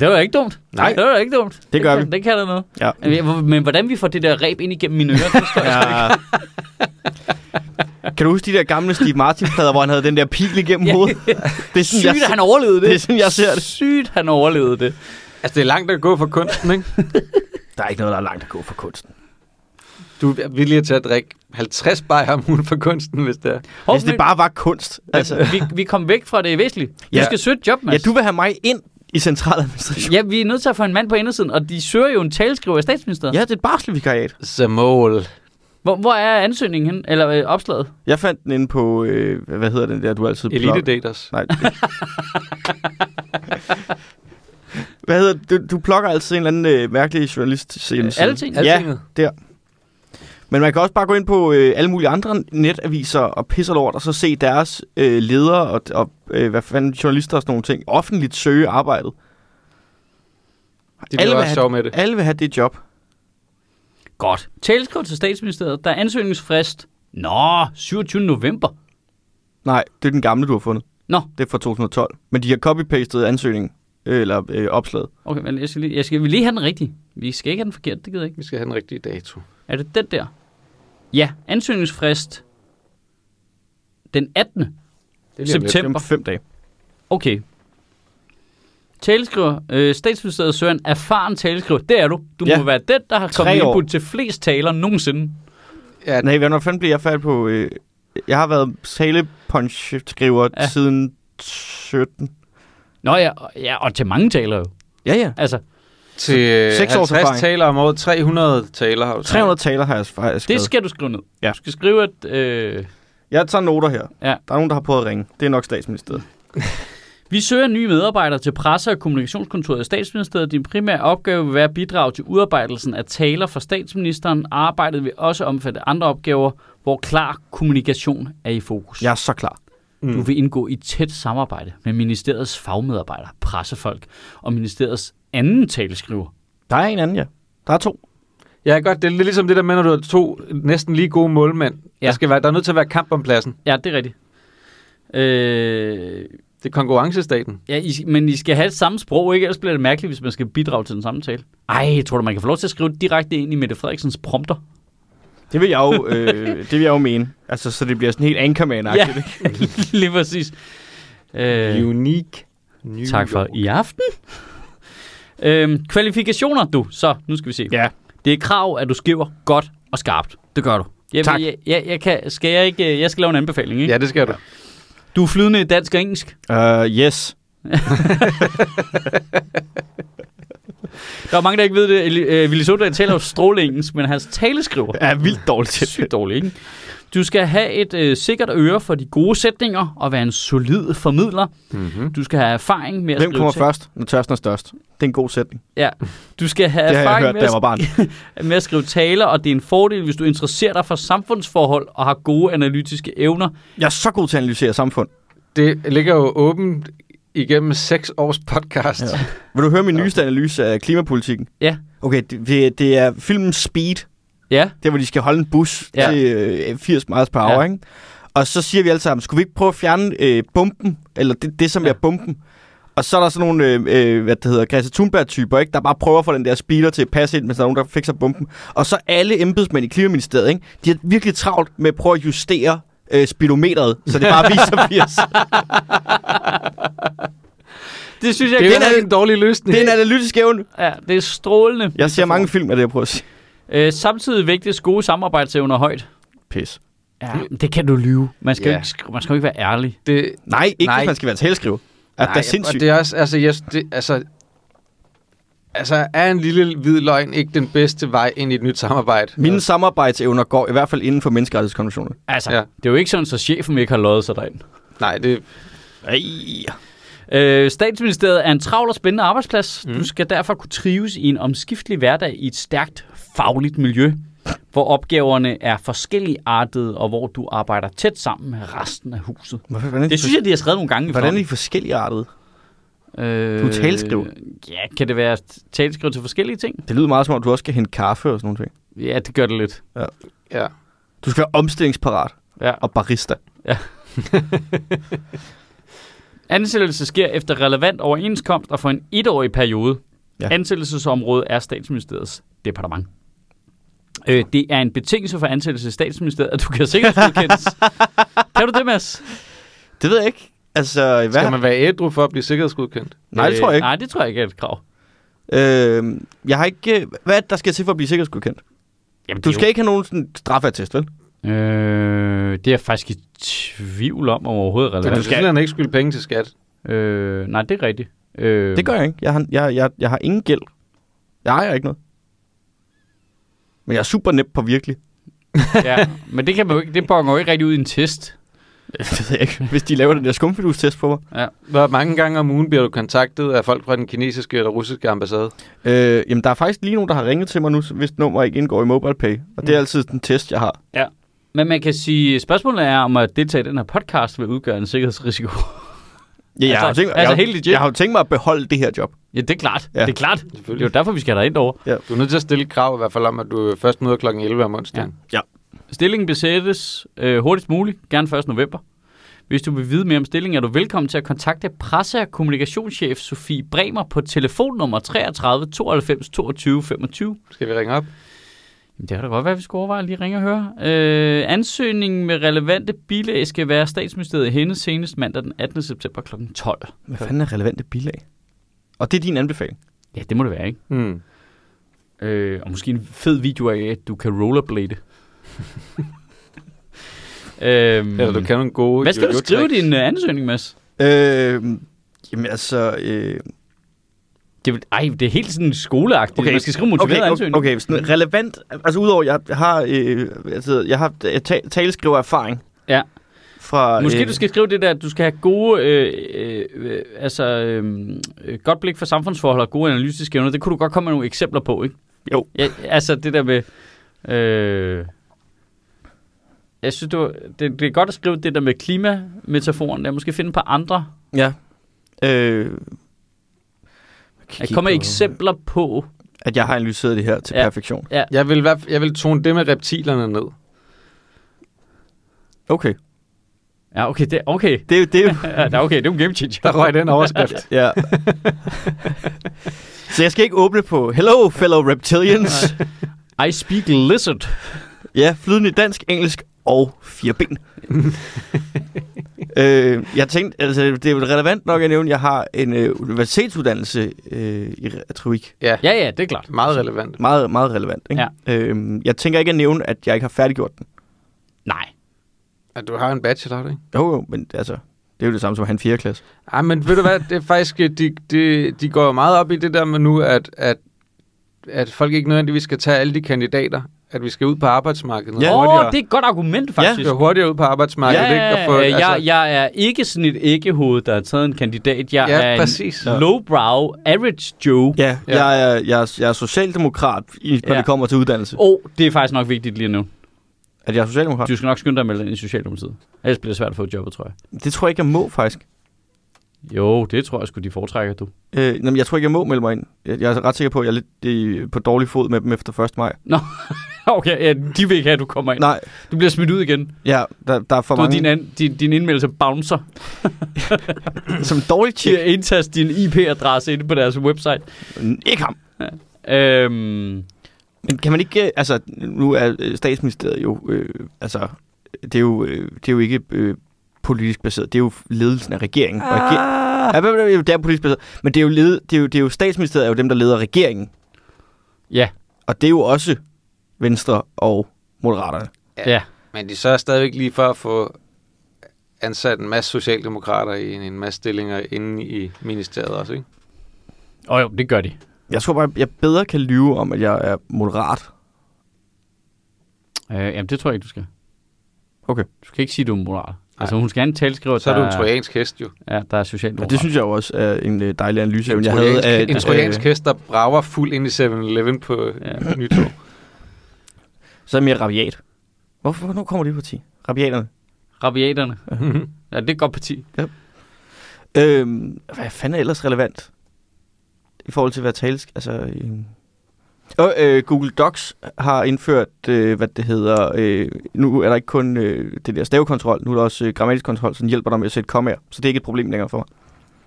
[SPEAKER 1] Det var da ikke dumt.
[SPEAKER 2] Nej.
[SPEAKER 1] Det var da ikke dumt.
[SPEAKER 3] gør
[SPEAKER 1] kan,
[SPEAKER 3] vi.
[SPEAKER 1] Det kan der noget.
[SPEAKER 3] Ja.
[SPEAKER 1] Men- Men hvordan vi får det der ræb ind igennem mine ører, det står jeg sgu ikke.
[SPEAKER 3] ja. Kan du huske de der gamle Steve Martin-plader, hvor han havde den der pil igennem
[SPEAKER 1] Ja.
[SPEAKER 3] hovedet? Det er sådan,
[SPEAKER 1] Sygt, at
[SPEAKER 3] jeg,
[SPEAKER 1] han overlevede det.
[SPEAKER 3] det er sådan, jeg ser det.
[SPEAKER 1] Sygt, han overlevede det.
[SPEAKER 2] Altså, det er langt at gå for kunsten, ikke?
[SPEAKER 3] Der er ikke noget, der er langt at gå for kunsten.
[SPEAKER 2] Du er villig til at drikke 50 bajer om ugen for kunsten, hvis det er.
[SPEAKER 1] Hov,
[SPEAKER 3] Hvis det
[SPEAKER 1] men-
[SPEAKER 3] bare var kunst. Altså,
[SPEAKER 1] vi, vi kom væk fra det væsentlige. Du
[SPEAKER 3] Ja.
[SPEAKER 1] skal søge et job, Mads.
[SPEAKER 3] ja, du vil have mig ind i centraladministrationen.
[SPEAKER 1] Ja, vi er nødt til at få en mand på indersiden, og de søger jo en taleskriver i statsministeriet.
[SPEAKER 3] Ja, det er et barselvikariat.
[SPEAKER 2] The Mole.
[SPEAKER 1] Hvor, hvor er ansøgningen hen? Eller øh, opslaget?
[SPEAKER 3] Jeg fandt den inde på, øh, hvad hedder den der, du altid...
[SPEAKER 2] Elite
[SPEAKER 3] plugger-
[SPEAKER 2] Daters.
[SPEAKER 3] Nej. hvad hedder det? du, du plukker altid en eller anden øh, mærkelig journalist hjemmeside.
[SPEAKER 1] Alting?
[SPEAKER 3] Ja, der. Men man kan også bare gå ind på øh, alle mulige andre netaviser og pisser lort, og så se deres øh, ledere og, og øh, hvad fanden, journalister og sådan nogle ting, offentligt søge arbejdet.
[SPEAKER 2] De bliver
[SPEAKER 3] vil
[SPEAKER 2] også
[SPEAKER 3] have,
[SPEAKER 2] sjov med det.
[SPEAKER 3] alle vil have det job.
[SPEAKER 1] Godt. Taleskriver til statsministeriet. Der er ansøgningsfrist. Nå, 27. november.
[SPEAKER 3] Nej, det er den gamle, du har fundet.
[SPEAKER 1] Nå.
[SPEAKER 3] Det er fra 2012. Men de har copy-pastet ansøgningen, øh, eller øh, opslaget.
[SPEAKER 1] Okay, men jeg skal, lige, jeg skal vi lige have den rigtige. Vi skal ikke have den forkerte, det gider jeg ikke.
[SPEAKER 2] Vi skal have den rigtige dato.
[SPEAKER 1] Er det den der? Ja, ansøgningsfrist den 18.
[SPEAKER 2] Det
[SPEAKER 3] Det er
[SPEAKER 1] september.
[SPEAKER 3] om fem dage.
[SPEAKER 1] Okay. Taleskriver. Øh, statsministeriet søger en erfaren taleskriver. Det er du. Du
[SPEAKER 3] Ja.
[SPEAKER 1] må være den, der har
[SPEAKER 3] Tre
[SPEAKER 1] kommet
[SPEAKER 3] år.
[SPEAKER 1] input til flest taler nogensinde.
[SPEAKER 2] Ja,
[SPEAKER 3] Nej, hvordan fanden blev jeg færdig på... Øh, jeg har været talepunch-skriver
[SPEAKER 1] Ja.
[SPEAKER 3] ja. siden 17.
[SPEAKER 1] Nå ja, og- ja, og til mange taler jo.
[SPEAKER 3] Ja, ja.
[SPEAKER 1] Altså,
[SPEAKER 2] til øh,
[SPEAKER 3] Seks
[SPEAKER 2] 50
[SPEAKER 3] års erfaring.
[SPEAKER 2] taler om året, 300 taler har du
[SPEAKER 3] 300 taler har jeg faktisk skrevet.
[SPEAKER 1] det skal du skrive ned.
[SPEAKER 3] Ja.
[SPEAKER 1] Du skal skrive, at... Øh,
[SPEAKER 3] Jeg tager noter her.
[SPEAKER 1] Ja. Mm.
[SPEAKER 3] Der er nogen, der har prøvet at ringe. Det er nok statsministeriet.
[SPEAKER 1] Vi søger nye medarbejdere til presse- og kommunikationskontoret i statsministeriet. Din primære opgave vil være at bidrage til udarbejdelsen af taler fra statsministeren. Arbejdet vil også omfatte andre opgaver, hvor klar kommunikation er i fokus.
[SPEAKER 3] Jeg er så klar.
[SPEAKER 2] Mm.
[SPEAKER 1] Du
[SPEAKER 2] Hmm.
[SPEAKER 1] vil indgå i et tæt samarbejde med ministeriets fagmedarbejdere, pressefolk og ministeriets anden taleskriver.
[SPEAKER 3] Der er en anden, ja. Der er to.
[SPEAKER 2] Ja, godt. Det er lidt ligesom det der med, når du har to næsten lige gode målmænd. Ja.
[SPEAKER 1] Ja.
[SPEAKER 2] Der, skal være, der er nødt til at være kamp om pladsen.
[SPEAKER 1] Ja, det er rigtigt. Øh,
[SPEAKER 2] Det er konkurrencestaten.
[SPEAKER 1] ja, I, men I skal have samme sprog, ikke? Ellers bliver det mærkeligt, hvis man skal bidrage til den samme tale. Ej, tror du, man kan få lov til at skrive direkte ind i Mette Frederiksens prompter?
[SPEAKER 3] Det vil jeg jo, øh, det vil jeg jo mene. Altså, så det bliver sådan helt ankerman
[SPEAKER 1] Ja, lige præcis. Øh,
[SPEAKER 2] Unique. New
[SPEAKER 1] tak for i aften. Øhm, kvalifikationer, du. Så, nu skal vi se.
[SPEAKER 3] ja.
[SPEAKER 1] Det er krav, at du skriver godt og skarpt. Det gør du. Jeg,
[SPEAKER 3] Tak.
[SPEAKER 1] Jeg, jeg, jeg kan, skal jeg ikke... øh, Jeg skal lave en anbefaling, ikke?
[SPEAKER 2] Ja, det skal du.
[SPEAKER 1] Du er flydende i dansk og engelsk.
[SPEAKER 3] Uh, yes.
[SPEAKER 1] Der er mange, der ikke ved det. Eli- øh, Willy Søvndal taler jo stråle engelsk, men hans taleskriver
[SPEAKER 3] Jeg er vildt dårlig til
[SPEAKER 1] er sygt dårligt, ikke? Du skal have et øh, sikkert øre for de gode sætninger og være en solid formidler.
[SPEAKER 3] Mhm.
[SPEAKER 2] Mm-hmm.
[SPEAKER 1] Du skal have erfaring med at
[SPEAKER 3] Hvem
[SPEAKER 1] skrive
[SPEAKER 3] kommer
[SPEAKER 1] te-
[SPEAKER 3] først, når tørsten er størst? Det er en god sætning.
[SPEAKER 1] Du skal have
[SPEAKER 3] Det har jeg
[SPEAKER 1] erfaring
[SPEAKER 3] hørt,
[SPEAKER 1] med
[SPEAKER 3] da
[SPEAKER 1] at
[SPEAKER 3] jeg var barn.
[SPEAKER 1] med at skrive taler, og det er en fordel, hvis du interesserer dig for samfundsforhold og har gode analytiske evner.
[SPEAKER 3] Jeg er så god til at analysere samfund.
[SPEAKER 2] Det ligger jo åbent igennem seks års podcast.
[SPEAKER 3] Ja. Vil du høre min nyeste analyse af klimapolitikken?
[SPEAKER 1] Ja.
[SPEAKER 3] Okay, det, det- det er filmen Speed,
[SPEAKER 1] Ja,
[SPEAKER 3] der hvor de skal holde en bus
[SPEAKER 1] Ja.
[SPEAKER 3] ja. til øh, 80 miles per hour,
[SPEAKER 1] Ja.
[SPEAKER 3] ja. ikke? Og så siger vi alle sammen, skulle vi ikke prøve at fjerne øh, bomben, eller det, det som
[SPEAKER 1] Ja.
[SPEAKER 3] ja. er bomben? Og så er der sådan nogle, øh, øh, hvad det hedder, Greta Thunberg-typer, ikke? der bare prøver at få den der speeder til at passe ind, mens der er nogen, der fikser bomben. Og så alle embedsmænd i Klimaministeriet, ikke? de er virkelig travlt med at prøve at justere øh, speedometeret, så det bare viser 80.
[SPEAKER 1] det synes jeg
[SPEAKER 2] Det
[SPEAKER 1] det
[SPEAKER 2] er
[SPEAKER 1] er,
[SPEAKER 2] jo en dårlig løsning.
[SPEAKER 3] det er en analytisk evne.
[SPEAKER 1] ja, det er strålende.
[SPEAKER 3] Jeg ser mange film af det, jeg prøver at sige.
[SPEAKER 1] Øh, samtidig vægtes gode samarbejdsevner højt.
[SPEAKER 3] Pis.
[SPEAKER 1] Ja, men det kan du lyve. Man skal,
[SPEAKER 2] Ja.
[SPEAKER 1] jo ikke, sk- man skal jo ikke være ærlig.
[SPEAKER 2] Det,
[SPEAKER 3] Nej, ikke Nej.
[SPEAKER 2] Nej.
[SPEAKER 3] hvis man skal være talskriver. At der er
[SPEAKER 2] og
[SPEAKER 3] sindssygt.
[SPEAKER 2] det er også, altså, yes, det, altså, altså, er en lille hvid løgn ikke den bedste vej ind i et nyt samarbejde? Altså,
[SPEAKER 3] Mine samarbejdsevner går i hvert fald inden for menneskerettighedskonventionen.
[SPEAKER 1] Altså, ja.
[SPEAKER 2] Ja.
[SPEAKER 1] det er jo ikke sådan, så chefen ikke har løjet sig derind.
[SPEAKER 2] Nej, det,
[SPEAKER 3] Ej.
[SPEAKER 1] Øh, statsministeriet er en travl og spændende arbejdsplads. Mm. Du skal derfor kunne trives i en omskiftelig hverdag i et stærkt fagligt miljø, hvor opgaverne er forskelligartede, og hvor du arbejder tæt sammen med resten af huset.
[SPEAKER 3] Hvorfor- Hvordan,
[SPEAKER 1] Det synes jeg, de har skrevet nogle gange. i
[SPEAKER 3] hvordan er
[SPEAKER 1] forhånd.
[SPEAKER 3] de forskelligartet?
[SPEAKER 1] Øh,
[SPEAKER 3] Du er talskriver.
[SPEAKER 1] Ja, kan det være talskriver til forskellige ting?
[SPEAKER 3] Det lyder meget som om, du også skal hente kaffe og sådan noget.
[SPEAKER 1] Ja, det gør det lidt.
[SPEAKER 2] ja.
[SPEAKER 3] Du skal være omstillingsparat
[SPEAKER 1] Ja.
[SPEAKER 3] og barista.
[SPEAKER 1] Ansættelse sker efter relevant overenskomst og for en etårig periode.
[SPEAKER 3] Ja.
[SPEAKER 1] Ja. Ansættelsesområdet er statsministeriets departement. Øh, det er en betingelse for ansættelse i statsministeriet, at du kan sikkerhedsgodkendes. kan du det, Mads?
[SPEAKER 3] Det ved jeg ikke. Altså, hvad?
[SPEAKER 2] Skal man være ædru for at blive sikkerhedsgodkendt?
[SPEAKER 3] Nej, det tror jeg ikke.
[SPEAKER 1] Øh, nej, det tror jeg ikke er et krav.
[SPEAKER 3] Øh, jeg har ikke... øh, Hvad er det, der skal til for at blive sikkerhedsgodkendt?
[SPEAKER 1] Jamen,
[SPEAKER 3] Du skal ikke have nogen sådan, straffatest, vel?
[SPEAKER 1] Øh, det er jeg faktisk i tvivl om om overhovedet er
[SPEAKER 2] Men
[SPEAKER 1] relevant.
[SPEAKER 2] du skal han ikke skylde penge til skat.
[SPEAKER 1] Øh, nej, det er rigtigt. Øh,
[SPEAKER 3] Det gør jeg ikke. Jeg har, jeg, jeg, jeg har ingen gæld. Jeg ejer ikke noget. Men jeg er super nem på virkelig.
[SPEAKER 1] ja, men det, kan man jo ikke, det bonger jo ikke rigtig ud i en test.
[SPEAKER 3] Det ved jeg ikke. Hvis de laver den der skumfidus-test på mig.
[SPEAKER 2] Hvor mange gange om ugen bliver du kontaktet af folk fra den kinesiske eller russiske ambassade?
[SPEAKER 3] Øh, jamen, der er faktisk lige nogen, der har ringet til mig nu, hvis nummer ikke indgår i MobilePay. Og det er altid den test, jeg har.
[SPEAKER 1] Men man kan sige, spørgsmålet er, om at deltage i den her podcast vil udgøre en sikkerhedsrisiko.
[SPEAKER 3] Ja, jeg,
[SPEAKER 1] Altså-
[SPEAKER 3] har jo tænkt,
[SPEAKER 1] altså
[SPEAKER 3] jeg,
[SPEAKER 1] helt legit.
[SPEAKER 3] jeg har jo tænkt mig at beholde det her job.
[SPEAKER 1] Ja, det er klart.
[SPEAKER 3] Ja.
[SPEAKER 1] Ja. Det er klart. Det er jo
[SPEAKER 2] Selvfølgelig.
[SPEAKER 1] derfor, vi skal have dig ind over.
[SPEAKER 2] Du er nødt til at stille krav i hvert fald om, at du først møder kl. 11 om onsdagen.
[SPEAKER 1] Stillingen besættes øh, hurtigst muligt, gerne 1. november. Hvis du vil vide mere om stillingen, er du velkommen til at kontakte presse- og kommunikationschef Sofie Bremer på telefonnummer 33 92 22 25.
[SPEAKER 2] Skal vi ringe op?
[SPEAKER 1] Jamen, det kan da godt være, at vi skulle overveje at lige ringe og høre. Øh, ansøgningen med relevante bilag skal være statsministeriet i hende senest mandag den 18. september kl. 12.
[SPEAKER 3] Hvad fanden er relevante bilag? Og det er din anbefaling.
[SPEAKER 1] Ja, det må det være, ikke?
[SPEAKER 2] Hmm.
[SPEAKER 1] Øh, og måske en fed video af, at du kan rollerblade. øhm,
[SPEAKER 2] Eller du kan nogle gode
[SPEAKER 1] Hvad skal du
[SPEAKER 2] jojo-tricks.
[SPEAKER 1] skrive i din øh, ansøgning, Mads?
[SPEAKER 3] Øh, jamen altså... Øh,
[SPEAKER 1] Det, er- ej, det er helt sådan skoleagtigt. Okay. Man skal skrive motiveret
[SPEAKER 3] okay,
[SPEAKER 1] ansøgning.
[SPEAKER 3] Okay, okay, sådan relevant... Altså udover, jeg har, øh, altså, jeg har øh, ta- taleskriver erfaring.
[SPEAKER 1] Ja.
[SPEAKER 3] Fra,
[SPEAKER 1] Måske
[SPEAKER 3] øh,
[SPEAKER 1] du skal skrive det der, at du skal have gode, øh, øh, øh, altså øh, øh, godt blik for samfundsforhold og gode analytiske evner. Det kunne du godt komme med nogle eksempler på, ikke?
[SPEAKER 3] Jo.
[SPEAKER 1] Ja, altså det der med, øh, jeg synes, du, det, det er godt at skrive det der med klimametaforen. Jeg måske finde på andre.
[SPEAKER 3] Ja. Øh,
[SPEAKER 1] Jeg kommer eksempler på.
[SPEAKER 3] At jeg har analyseret det her til ja.
[SPEAKER 1] Ja.
[SPEAKER 3] perfektion.
[SPEAKER 1] øh?
[SPEAKER 2] Jeg vil, i hvert fald- jeg vil tone det med reptilerne ned.
[SPEAKER 3] Okay.
[SPEAKER 1] Ja, okay, det, okay.
[SPEAKER 3] Det er jo... Det er jo
[SPEAKER 1] Ja, da, okay, det er jo en game changer.
[SPEAKER 2] Der røg den overskrift.
[SPEAKER 3] ja. Så jeg skal ikke åbne på Hello, fellow reptilians.
[SPEAKER 1] I speak lizard.
[SPEAKER 3] ja, flydende i dansk, engelsk og fire ben. øh, jeg tænkte, altså, det er jo relevant nok at nævne, at jeg har en øh, universitetsuddannelse øh, i retorik.
[SPEAKER 1] Ja, ja, det er klart.
[SPEAKER 2] Meget relevant.
[SPEAKER 3] Meget, meget relevant. Ikke? Ja. Øhm, jeg tænker ikke at nævne, at jeg ikke har færdiggjort den.
[SPEAKER 1] Nej.
[SPEAKER 2] At du har en bachelor, ikke?
[SPEAKER 3] Jo, jo, men altså, det er jo det samme som at have en 4. klasse.
[SPEAKER 2] Ej, men ved du hvad, det er faktisk, øh, de, de, de går jo meget op i det der med nu, at, at, at folk ikke nødvendigvis skal tage alle de kandidater, at vi skal ud på arbejdsmarkedet.
[SPEAKER 3] Ja.
[SPEAKER 1] Åh,
[SPEAKER 2] noget
[SPEAKER 1] oh,
[SPEAKER 2] hurtigere.
[SPEAKER 1] det er et godt argument, faktisk.
[SPEAKER 2] jo hurtigere ud på arbejdsmarkedet,
[SPEAKER 1] ja, ja,
[SPEAKER 2] ikke? altså-
[SPEAKER 1] ja, ja. jeg, jeg er ikke sådan et æggehoved, der har taget en kandidat. Jeg
[SPEAKER 2] Ja,
[SPEAKER 1] er
[SPEAKER 2] præcis.
[SPEAKER 1] en lowbrow, average Joe. Ja.
[SPEAKER 3] Ja,
[SPEAKER 2] Ja.
[SPEAKER 3] Jeg, er, jeg, er, jeg er socialdemokrat, i, når
[SPEAKER 1] Ja.
[SPEAKER 3] det kommer til uddannelse.
[SPEAKER 1] Og det er faktisk nok vigtigt lige nu.
[SPEAKER 3] At jeg er socialdemokrat?
[SPEAKER 1] Du skal nok skynde dig at melde dig ind i Socialdemokratiet. Ellers bliver det svært at få et job, tror jeg.
[SPEAKER 3] Det tror jeg ikke, jeg må, faktisk.
[SPEAKER 1] Jo, det tror jeg sgu, de foretrækker, du.
[SPEAKER 3] Øh, jamen, jeg tror ikke, jeg må melde mig ind. Jeg, jeg er ret sikker på, at jeg er lidt øh, på dårlig fod med dem efter 1. maj.
[SPEAKER 1] Okay, ja, de vil ikke have, at du kommer ind. Nej.
[SPEAKER 3] Nej,
[SPEAKER 1] Du bliver smidt ud igen.
[SPEAKER 3] ja, der, der er for
[SPEAKER 1] Du ved,
[SPEAKER 3] mange,
[SPEAKER 1] din, an, din, din indmeldelse bouncer.
[SPEAKER 3] som dårlig
[SPEAKER 1] De
[SPEAKER 3] tjek.
[SPEAKER 1] har indtastet din IP-adresse inde på deres website.
[SPEAKER 3] Ikke ham.
[SPEAKER 1] Øhm,
[SPEAKER 3] Men kan man ikke... øh, Altså, nu er øh, statsministeriet jo... Øh, altså, det er jo, øh, det er jo ikke øh, politisk baseret. Det er jo ledelsen af regeringen. Ah. Reger- ja, men, øh, det er politisk baseret. Men det er jo, led, det er jo, det er jo statsministeriet er jo dem, der leder regeringen.
[SPEAKER 1] ja,
[SPEAKER 3] Og det er jo også Venstre og Moderaterne.
[SPEAKER 1] ja. ja.
[SPEAKER 2] Men de så er stadigvæk lige for at få ansat en masse socialdemokrater i en, en masse stillinger inde i ministeriet også, ikke?
[SPEAKER 1] Og jo, det gør de.
[SPEAKER 3] Jeg tror bare, jeg bedre kan lyve om, at jeg er moderat.
[SPEAKER 1] Øh, jamen, det tror jeg ikke, du skal.
[SPEAKER 3] Okay.
[SPEAKER 1] Du skal ikke sige, du er moral. Altså, hun skal have en talskriver,
[SPEAKER 2] Så er du
[SPEAKER 1] der,
[SPEAKER 2] en trojansk hest, jo.
[SPEAKER 1] ja, der er
[SPEAKER 3] Og
[SPEAKER 1] socialdemokrat.
[SPEAKER 3] det synes jeg jo også er en øh, dejlig analyse,
[SPEAKER 2] En
[SPEAKER 3] jeg havde. øh,
[SPEAKER 2] trojansk,
[SPEAKER 3] af-
[SPEAKER 2] en trojansk hest, der brager fuld ind i 7-Eleven på
[SPEAKER 1] Ja.
[SPEAKER 2] ja. nytår.
[SPEAKER 3] Så er jeg mere rabiat. Hvorfor hvornår kommer det parti? Rabiaterne.
[SPEAKER 1] Rabiaterne. Ja, det er et godt parti.
[SPEAKER 3] Øhm, hvad fanden er ellers relevant? I forhold til, hvad tales... Altså, øhm. Og øh, Google Docs har indført, øh, hvad det hedder... Øh, nu er der ikke kun øh, det der stavekontrol, nu er der også øh, grammatisk kontrol, som hjælper dig med at sætte kommaer. Så det er ikke et problem længere for mig.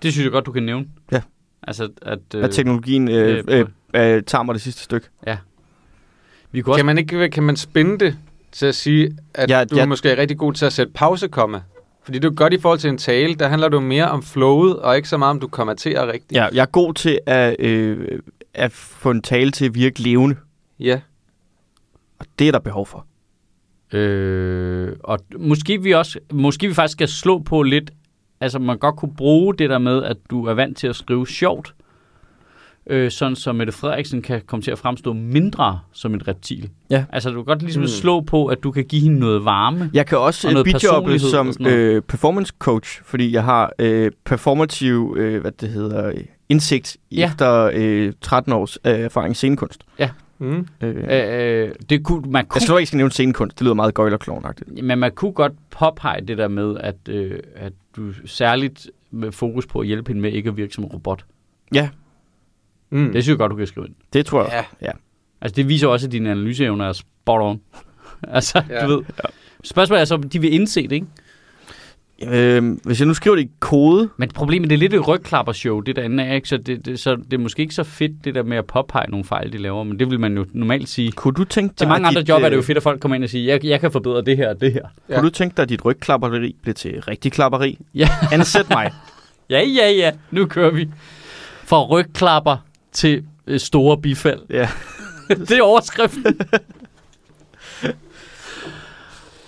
[SPEAKER 1] Det synes jeg godt, du kan nævne.
[SPEAKER 3] Ja.
[SPEAKER 1] Altså, at...
[SPEAKER 3] Øh, at teknologien øh, øh, øh, tager mig det sidste stykke.
[SPEAKER 1] vi kunne også...
[SPEAKER 2] Kan man, ikke, kan man spænde det til at sige, at
[SPEAKER 3] Ja,
[SPEAKER 2] ja, du ja.
[SPEAKER 3] ja.
[SPEAKER 2] måske er rigtig god til at sætte pausekomma? Fordi det er jo godt i forhold til en tale, der handler det jo mere om flowet, og ikke så meget om, du kommenterer rigtigt.
[SPEAKER 3] Ja, jeg er god til at, øh, at få en tale til at virke levende,
[SPEAKER 2] Ja.
[SPEAKER 3] og det er der behov for.
[SPEAKER 1] Øh, og måske vi også... Måske vi faktisk skal slå på lidt... Altså, man godt kunne bruge det der med, at du er vant til at skrive sjovt. Øh, sådan så Mette Frederiksen kan komme til at fremstå mindre som et reptil.
[SPEAKER 3] Ja.
[SPEAKER 1] Altså, du kan godt ligesom mm.
[SPEAKER 2] Mm.
[SPEAKER 1] slå på, at du kan give hende noget varme.
[SPEAKER 3] Jeg kan
[SPEAKER 1] Og
[SPEAKER 3] også øh,
[SPEAKER 1] noget
[SPEAKER 3] bidjobbe
[SPEAKER 1] personlighed
[SPEAKER 3] som
[SPEAKER 1] og sådan noget.
[SPEAKER 3] øh, performance coach, fordi jeg har øh, performativ, øh, hvad det hedder, øh, indsigt
[SPEAKER 1] Ja.
[SPEAKER 3] ja. efter øh, 13 års øh, erfaring i scenekunst.
[SPEAKER 2] Mm.
[SPEAKER 3] Øh, øh,
[SPEAKER 1] Øh, øh, det kunne, man kunne
[SPEAKER 3] jeg tror ikke, jeg skal nævne scenekunst, det lyder meget gøjlerklovnagtigt.
[SPEAKER 1] Men man kunne godt påpege det der med, at, øh, at du særligt med fokus på at hjælpe hende med ikke at virke som en robot.
[SPEAKER 2] Mm.
[SPEAKER 1] Det synes jeg godt, du kan skrive ind.
[SPEAKER 3] Det tror jeg.
[SPEAKER 2] Ja.
[SPEAKER 1] Altså, det viser også, at dine analyseevner er spot on. altså, ja.
[SPEAKER 2] Ja.
[SPEAKER 1] du ved. Spørgsmålet er så, om de vil indse det, ikke?
[SPEAKER 3] Øh, hvis jeg nu skriver det i kode,
[SPEAKER 1] Men problemet det er lidt et rygklappershow, det der andet er, ikke? Så det, det, så det er måske ikke så fedt, det der med at påpege nogle fejl, de laver, men det vil man jo normalt sige.
[SPEAKER 3] kunne du tænke dig...
[SPEAKER 1] Til mange
[SPEAKER 3] at
[SPEAKER 1] andre
[SPEAKER 3] dit,
[SPEAKER 1] job er
[SPEAKER 3] øh,
[SPEAKER 1] det jo fedt, at folk kommer ind og siger, jeg, jeg kan forbedre det her og det her.
[SPEAKER 3] Kunne
[SPEAKER 2] Ja.
[SPEAKER 3] du tænke dig, at dit rygklapperi blev til rigtig klapperi?
[SPEAKER 1] Ja.
[SPEAKER 3] Ansæt mig.
[SPEAKER 1] Ja, ja, ja, nu kører vi. Fra rygklapper til øh, store bifald.
[SPEAKER 3] Ja.
[SPEAKER 1] det er overskriften.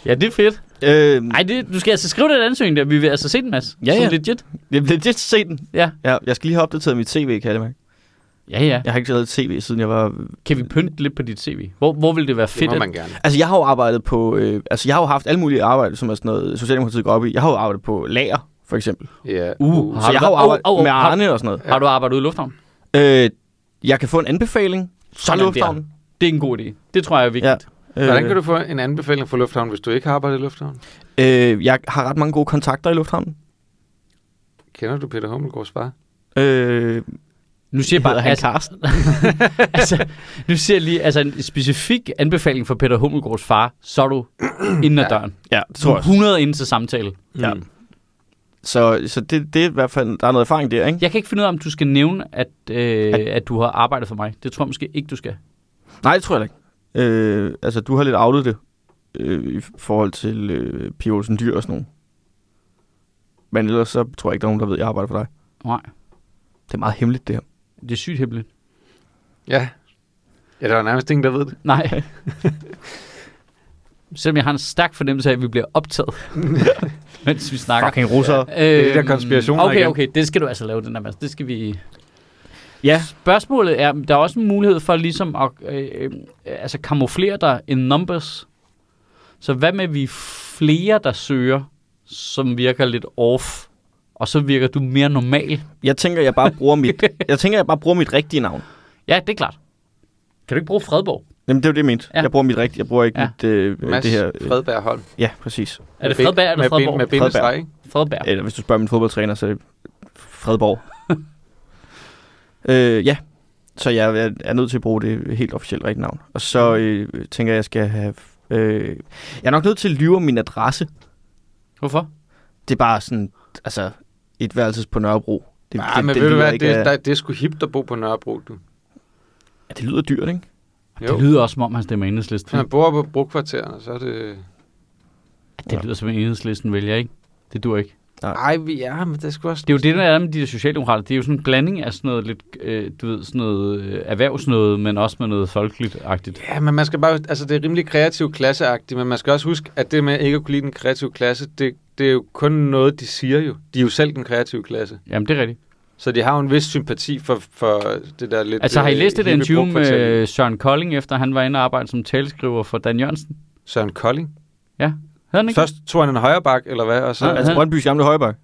[SPEAKER 1] ja, det er fedt.
[SPEAKER 3] Øh,
[SPEAKER 1] Ej, det, du skal altså skrive den ansøgning der. Vi vil altså se den, Mads.
[SPEAKER 3] Ja,
[SPEAKER 1] Sådan
[SPEAKER 3] ja.
[SPEAKER 1] legit.
[SPEAKER 3] jeg blev lidt se den.
[SPEAKER 1] Ja.
[SPEAKER 3] Ja, jeg skal lige have opdateret mit CV, kan jeg mærke.
[SPEAKER 1] Ja, ja.
[SPEAKER 3] Jeg har ikke lavet et CV, siden jeg var...
[SPEAKER 1] Kan vi pynte lidt på dit CV? Hvor, hvor vil det være fedt?
[SPEAKER 2] Det må
[SPEAKER 1] at-
[SPEAKER 2] man gerne.
[SPEAKER 3] Altså, jeg har jo arbejdet på... Øh, altså, jeg har jo haft alle mulige arbejde, som er sådan noget, Socialdemokratiet går op i. Jeg har jo arbejdet på lager, for eksempel.
[SPEAKER 2] Ja.
[SPEAKER 1] Uh,
[SPEAKER 3] så
[SPEAKER 1] du
[SPEAKER 3] jeg har jo
[SPEAKER 1] været-
[SPEAKER 3] arbejdet
[SPEAKER 1] Au, au, au,
[SPEAKER 3] med
[SPEAKER 1] har-
[SPEAKER 3] Arne og sådan noget.
[SPEAKER 1] Har du arbejdet ude i lufthavnen?
[SPEAKER 3] Øh, jeg kan få en anbefaling fra
[SPEAKER 1] Sådan der.
[SPEAKER 3] Lufthavnen.
[SPEAKER 1] Det er en god idé. Det tror jeg er vigtigt.
[SPEAKER 3] Øh,
[SPEAKER 2] Hvordan kan du få en anbefaling fra Lufthavn, hvis du ikke har arbejdet i Lufthavn?
[SPEAKER 3] Øh, jeg har ret mange gode kontakter i Lufthavnen.
[SPEAKER 2] Kender du Peter Hummelgaards far?
[SPEAKER 3] Øh,
[SPEAKER 1] Nu siger jeg bare,
[SPEAKER 3] Hedder han
[SPEAKER 1] altså, altså, nu siger jeg lige, altså en specifik anbefaling fra Peter Hummelgaards far, så er du inden ad døren.
[SPEAKER 3] ja, det tror jeg.
[SPEAKER 1] 100 inden til samtale.
[SPEAKER 3] Mm. Ja. Så, så det, det er i hvert fald... Der er noget erfaring der, ikke?
[SPEAKER 1] Jeg kan ikke finde ud af, om du skal nævne, at, øh, at du har arbejdet for mig. Det tror jeg måske ikke, du skal.
[SPEAKER 3] Nej, det tror jeg da ikke. Øh, altså, du har lidt outet det øh, i forhold til øh, Pia Olsen Dyr og sådan nogen. Men ellers så tror jeg ikke, der er nogen, der ved, at jeg arbejder for dig.
[SPEAKER 1] Nej,
[SPEAKER 3] Det er meget hemmeligt, det her.
[SPEAKER 1] det er sygt hemmeligt.
[SPEAKER 2] Ja. Ja, der er nærmest ingen, der ved det.
[SPEAKER 1] Nej. Selvom jeg har en stærk fornemmelse af, at vi bliver optaget, mens vi snakker.
[SPEAKER 3] Fucking russere.
[SPEAKER 1] Øh,
[SPEAKER 2] er de der konspirationer
[SPEAKER 1] Okay,
[SPEAKER 2] igen.
[SPEAKER 1] okay, det skal du altså lave, den der masse. Det skal vi...
[SPEAKER 3] Ja.
[SPEAKER 1] Spørgsmålet er, der er også en mulighed for ligesom at øh, øh, altså kamuflere dig in numbers. Så hvad med, vi er flere, der søger, som virker lidt off, og så virker du mere normal?
[SPEAKER 3] Jeg tænker, jeg bare bruger mit, jeg tænker, jeg bare bruger mit rigtige navn.
[SPEAKER 1] Ja, det er klart. Kan du ikke bruge Fredborg?
[SPEAKER 3] Jamen, det var det, jeg mente.
[SPEAKER 1] Ja.
[SPEAKER 3] Ja. Jeg bruger mit rigtige. Jeg bruger ikke
[SPEAKER 1] Ja.
[SPEAKER 3] ja. mit, øh,
[SPEAKER 2] Mads
[SPEAKER 3] det her... Øh,
[SPEAKER 2] Fredberg Holm.
[SPEAKER 3] Ja, præcis.
[SPEAKER 1] Er det
[SPEAKER 2] Med ben-
[SPEAKER 1] Fredberg eller
[SPEAKER 2] med ben-
[SPEAKER 1] Fredborg?
[SPEAKER 2] Med bindestreg, ikke?
[SPEAKER 1] Fredberg.
[SPEAKER 3] Eller hvis du spørger min fodboldtræner, så er det Fredborg. øh, ja, så jeg er- er nødt til at bruge det helt officielt rigtige navn. Og
[SPEAKER 1] Mm.
[SPEAKER 3] så øh, tænker jeg, jeg skal have... Øh, jeg er nok nødt til at lyve om min adresse.
[SPEAKER 1] Hvorfor?
[SPEAKER 3] Det er bare sådan, altså, et værelses på Nørrebro. Det,
[SPEAKER 2] Ja, men ved du
[SPEAKER 3] lyder
[SPEAKER 2] hvad,
[SPEAKER 3] ikke
[SPEAKER 2] det,
[SPEAKER 3] af-
[SPEAKER 2] der, det er sgu hipt at bo på Nørrebro, du.
[SPEAKER 3] ja, det lyder dyrt, ikke?
[SPEAKER 2] Jo.
[SPEAKER 1] Det lyder også, som om han stemmer enhedslisten.
[SPEAKER 2] Hvis
[SPEAKER 3] Mm.
[SPEAKER 2] man bor på brugkvartererne, så er det...
[SPEAKER 1] Det lyder som en enhedslisten vælger, ikke? Det dur ikke.
[SPEAKER 3] Nej.
[SPEAKER 2] Ej, vi er, men det skulle også...
[SPEAKER 1] Det er jo det, der er med de der socialdemokrater. Det er jo sådan en blanding af sådan noget lidt, øh, du ved, sådan noget øh, erhvervsnøde, men også med noget folkeligt-agtigt.
[SPEAKER 2] Ja, men man skal bare... Altså, det er rimelig kreativ klasseagtigt, men man skal også huske, at det med ikke at kunne lide den kreative klasse, det, det er jo kun noget, de siger jo. De er jo selv den kreative klasse.
[SPEAKER 1] Jamen, det er rigtigt.
[SPEAKER 2] Så de har jo en vis sympati for, for det der lidt...
[SPEAKER 1] Altså, har I
[SPEAKER 2] øh,
[SPEAKER 1] læst det der
[SPEAKER 2] hippe
[SPEAKER 1] interview med
[SPEAKER 2] brugkvarter.
[SPEAKER 1] øh, Søren Kolding, efter han var inde og arbejde som taleskriver for Dan Jørgensen?
[SPEAKER 2] Søren Kolding?
[SPEAKER 1] Hed han ikke?
[SPEAKER 2] Først tog han en højre bak, eller hvad? Og så...
[SPEAKER 1] Ja,
[SPEAKER 3] Altså
[SPEAKER 1] han-
[SPEAKER 3] Brøndby's gamle højbak.
[SPEAKER 1] Søren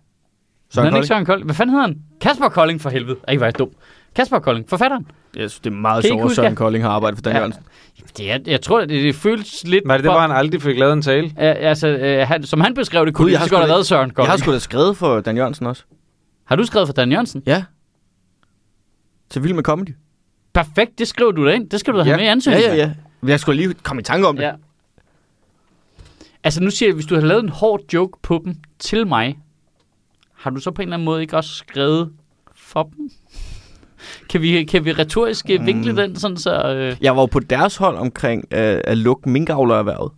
[SPEAKER 1] han
[SPEAKER 3] Søren
[SPEAKER 1] ikke
[SPEAKER 3] Kolding.
[SPEAKER 1] Søren Kolding. Hvad fanden hedder han? Kasper Kolding for helvede. Ej, hvor er jeg dum. Kasper Kolding, forfatteren.
[SPEAKER 3] Jeg synes, det er meget
[SPEAKER 1] Kan I ikke
[SPEAKER 3] sjovt, at
[SPEAKER 1] huske
[SPEAKER 3] Søren
[SPEAKER 1] det?
[SPEAKER 3] Kolding har arbejdet for Dan
[SPEAKER 1] Ja.
[SPEAKER 3] Jørgensen.
[SPEAKER 1] Det er, jeg tror, det, det føles lidt...
[SPEAKER 2] Var det det,
[SPEAKER 1] for-
[SPEAKER 2] hvor han aldrig fik lavet en tale?
[SPEAKER 1] Ja, altså, øh, han, som han beskrev det, kunne
[SPEAKER 3] Gud,
[SPEAKER 1] det lige
[SPEAKER 3] jeg har
[SPEAKER 1] så godt
[SPEAKER 3] sgu
[SPEAKER 1] have
[SPEAKER 3] da-
[SPEAKER 1] været Søren
[SPEAKER 3] Jeg
[SPEAKER 1] Kolding.
[SPEAKER 3] har sgu da skrevet for Dan Jørgensen også.
[SPEAKER 1] Har du skrevet for Dan Jørgensen?
[SPEAKER 3] Ja. Til Vild med Comedy.
[SPEAKER 1] Perfekt, det skrev du da ind. Det skal du da have
[SPEAKER 2] Ja.
[SPEAKER 1] med i
[SPEAKER 3] Ja,
[SPEAKER 1] ansøgningen.
[SPEAKER 3] ja, ja. Men Jeg skulle lige komme i tanke om det.
[SPEAKER 1] Ja. Altså nu siger jeg, hvis du har lavet en hård joke på dem til mig, har du så på en eller anden måde ikke også skrevet for dem? Kan vi, kan vi retorisk mm. vinkle den sådan så... Øh,
[SPEAKER 3] Jeg var jo på deres hold omkring øh, at lukke minkavlererhvervet.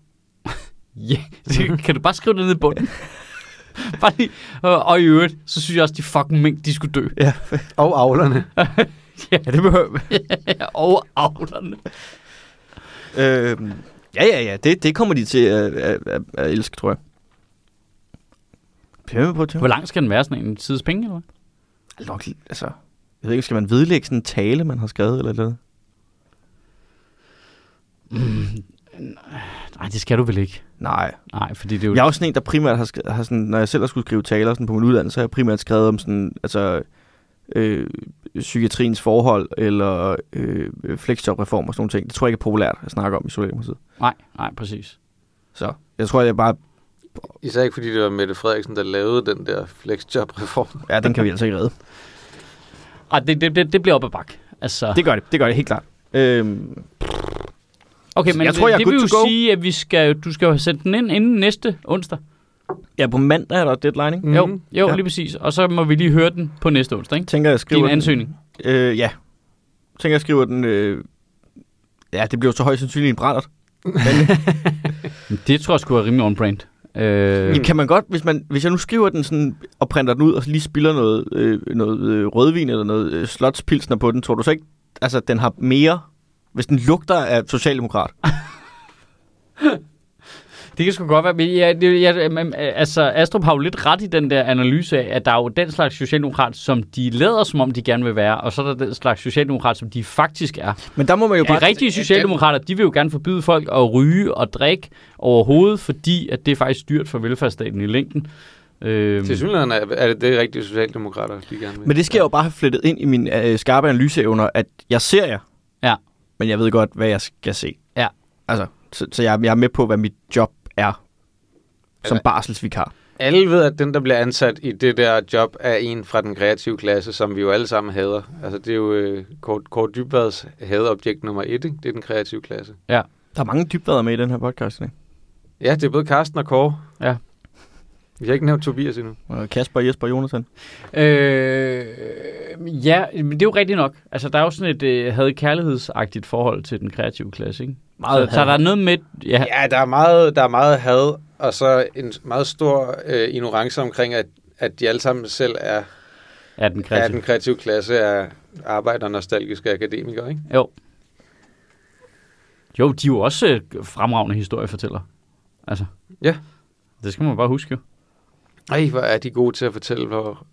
[SPEAKER 1] yeah. det- kan du bare skrive det ned i bunden? bare lige, og, og i øvrigt, så synes jeg også, de fucking mink, de skulle dø.
[SPEAKER 2] Og avlerne.
[SPEAKER 3] Ja, det behøver
[SPEAKER 1] og avlerne.
[SPEAKER 3] øh, Ja, ja, ja. Det, det kommer de til at, at, at, at elske, tror jeg. Pømme på det.
[SPEAKER 1] Hvor lang skal den være sådan en sides penge, eller hvad?
[SPEAKER 3] Nok, altså, jeg ved ikke, skal man vedlægge sådan en tale, man har skrevet eller noget?
[SPEAKER 1] Nej, det skal du vel ikke.
[SPEAKER 3] Nej.
[SPEAKER 1] Nej, fordi det er jo...
[SPEAKER 3] Jeg er også sådan en, der primært har, skrevet, har sådan, når jeg selv har skulle skrive taler sådan på min uddannelse, så har jeg primært skrevet om sådan, altså, øh, psykiatriens forhold eller øh, flexjobreform og sådan nogle ting. Det tror jeg ikke er populært at snakke om i Socialdemokratiet.
[SPEAKER 1] Nej, nej, præcis.
[SPEAKER 3] Så jeg tror, jeg bare,
[SPEAKER 2] Især ikke, fordi det var Mette Frederiksen, der lavede den der flexjob-reform.
[SPEAKER 3] ja, den kan vi altså ikke redde.
[SPEAKER 1] Ej, det, det, det, det bliver op ad bak. Altså,
[SPEAKER 3] Det gør det, det gør det helt klart. Øhm,
[SPEAKER 1] Okay,
[SPEAKER 3] Så
[SPEAKER 1] men
[SPEAKER 3] jeg tror, jeg er
[SPEAKER 1] det
[SPEAKER 3] good
[SPEAKER 1] vil jo
[SPEAKER 3] to go.
[SPEAKER 1] sige, at vi skal, du skal jo sætte den ind inden næste onsdag.
[SPEAKER 3] ja, på mandag er der deadline, ikke?
[SPEAKER 1] Mm. Jo,
[SPEAKER 2] Mhm.
[SPEAKER 1] jo
[SPEAKER 3] Ja.
[SPEAKER 1] lige præcis. Og så må vi lige høre den på næste onsdag, ikke?
[SPEAKER 3] Tænker jeg skriver
[SPEAKER 1] Din ansøgning.
[SPEAKER 3] Den, øh, ja. Tænker jeg skriver den, øh, ja, det bliver jo så højst sandsynligt en brændert.
[SPEAKER 1] Det tror jeg skulle være rimelig on-brand. Øh,
[SPEAKER 3] Jamen, kan man godt, hvis, man, hvis jeg nu skriver den sådan, og printer den ud, og så lige spiller noget, øh, noget øh, rødvin eller noget øh, slotspilsner på den, tror du så ikke, altså den har mere, hvis den lugter af socialdemokrat?
[SPEAKER 1] det kan sgu godt være, men ja, det, ja, men, altså, Astrup har jo lidt ret i den der analyse af, at der er jo den slags socialdemokrat, som de lader som om, de gerne vil være, og så er der den slags socialdemokrat, som de faktisk er.
[SPEAKER 3] Men der må man jo bare...
[SPEAKER 1] De rigtige socialdemokrater, de vil jo gerne forbyde folk at ryge og drikke overhovedet, fordi at det er faktisk dyrt for velfærdsstaten i længden. Øh,
[SPEAKER 2] Til synligheden er, er det det rigtige socialdemokrater, de gerne vil.
[SPEAKER 3] Men det skal jeg jo bare have flettet ind i min øh, skarpe analyseevner, at jeg ser jer,
[SPEAKER 1] Ja.
[SPEAKER 3] men jeg ved godt, hvad jeg skal se.
[SPEAKER 1] Ja.
[SPEAKER 3] Altså, så, så jeg, jeg er med på, hvad mit job er som
[SPEAKER 2] Eller-
[SPEAKER 3] barselsvikar.
[SPEAKER 2] Alle ved, at den, der bliver ansat i det der job, er en fra den kreative klasse, som vi jo alle sammen hader. Altså, det er jo øh, Kort, Kort Dybvads hadobjekt nummer et, ikke? Det er den kreative klasse.
[SPEAKER 3] Der er mange dybvader med i den her podcast i dag.
[SPEAKER 2] Ja, det er både Karsten og Kåre.
[SPEAKER 1] Ja.
[SPEAKER 2] Vi har ikke nævnt Tobias endnu.
[SPEAKER 3] Og Kasper, Jesper og Jonathan.
[SPEAKER 1] Øh, ja, men det er jo rigtigt nok. Altså, der er jo sådan et øh, havde-kærlighedsagtigt forhold til den kreative klasse, ikke?
[SPEAKER 3] Meget
[SPEAKER 1] så, så
[SPEAKER 3] had.
[SPEAKER 1] der er noget med... Ja,
[SPEAKER 2] Ja, der er meget, der er meget had, og så en meget stor øh, ignorance omkring, at, at de alle sammen selv er,
[SPEAKER 1] ja den
[SPEAKER 2] er
[SPEAKER 1] kreative.
[SPEAKER 2] den kreative klasse, er arbejder nostalgiske akademikere, ikke?
[SPEAKER 1] Jo. Jo, de er jo også øh, fremragende historiefortællere. Altså.
[SPEAKER 2] Ja.
[SPEAKER 1] Det skal man bare huske jo.
[SPEAKER 2] Ej, hvor er de gode til at fortælle, hvor,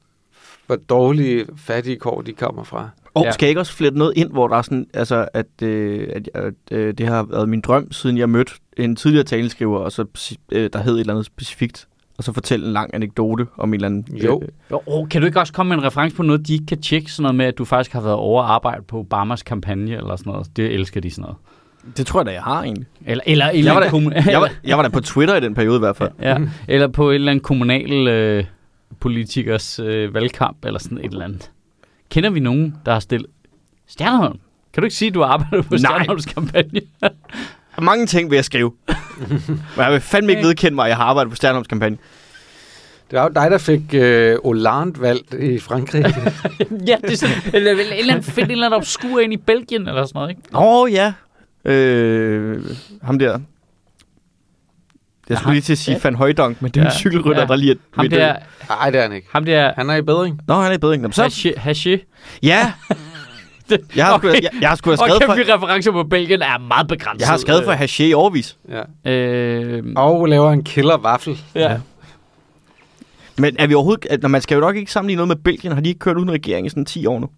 [SPEAKER 2] hvor dårlige, fattige kår de kommer fra.
[SPEAKER 3] Og
[SPEAKER 1] Ja.
[SPEAKER 3] ja. skal jeg ikke også flette noget ind, hvor der er sådan, altså, at, øh, at, at øh, det har været min drøm, siden jeg mødte en tidligere taleskriver, og så, psi- øh, der hed et eller andet specifikt, og så fortælle en lang anekdote om en eller anden...
[SPEAKER 2] Jo.
[SPEAKER 3] Øh,
[SPEAKER 1] Jo, åh, kan du ikke også komme med en reference på noget, de ikke kan tjekke? Sådan noget med, at du faktisk har været over at arbejde på Obamas kampagne eller sådan noget. Det elsker de sådan noget.
[SPEAKER 3] det tror jeg da, jeg har egentlig.
[SPEAKER 1] Eller, eller, eller
[SPEAKER 3] Jeg var da-
[SPEAKER 1] kommun-
[SPEAKER 3] Jeg var, jeg var da på Twitter i den periode i hvert fald.
[SPEAKER 1] Ja, eller på et eller andet kommunal øh, politikers øh, valgkamp, eller sådan et eller andet. Kender vi nogen, der har stillet... Stjerneholm? Kan du ikke sige, at du har arbejdet på
[SPEAKER 3] Nej.
[SPEAKER 1] Stjerneholms kampagne?
[SPEAKER 3] Mange ting vil jeg skrive. Men jeg vil fandme ikke vedkende mig, at jeg har arbejdet på Stjernholms kampagne.
[SPEAKER 2] Det var jo dig, der fik øh, Hollande valgt i Frankrig.
[SPEAKER 1] ja, det er sådan... Eller, eller, en eller anden fedt, en eller anden obskur ind i Belgien, eller sådan noget, ikke?
[SPEAKER 3] Åh oh, ja. Øh, ham der. Jeg skulle lige til at sige Van Højdonk, men det er
[SPEAKER 1] Ja.
[SPEAKER 3] en cykelrytter,
[SPEAKER 1] Ja.
[SPEAKER 3] der lige er
[SPEAKER 1] Ham
[SPEAKER 3] ved døden.
[SPEAKER 1] der,
[SPEAKER 2] Nej, det er han ikke.
[SPEAKER 1] ham der
[SPEAKER 2] Han er i bedring.
[SPEAKER 3] Nå, han er i bedring. Nå, men Så,
[SPEAKER 1] Haché, Haché.
[SPEAKER 3] ja,
[SPEAKER 1] Det-
[SPEAKER 3] jeg har sgu
[SPEAKER 1] okay.
[SPEAKER 3] jeg, jeg har sgu da
[SPEAKER 1] Og
[SPEAKER 3] skrevet
[SPEAKER 1] kæft,
[SPEAKER 3] for,
[SPEAKER 1] vi referencer på Belgien er meget begrænset.
[SPEAKER 3] jeg har skrevet for Haché i årvis.
[SPEAKER 2] Ja.
[SPEAKER 1] Øh,
[SPEAKER 2] Og laver en killer vaffel.
[SPEAKER 1] ja.
[SPEAKER 3] Men er vi overhovedet... at- Når man skal jo nok ikke sammenligne noget med Belgien. Har de ikke kørt uden regering i sådan 10 år nu?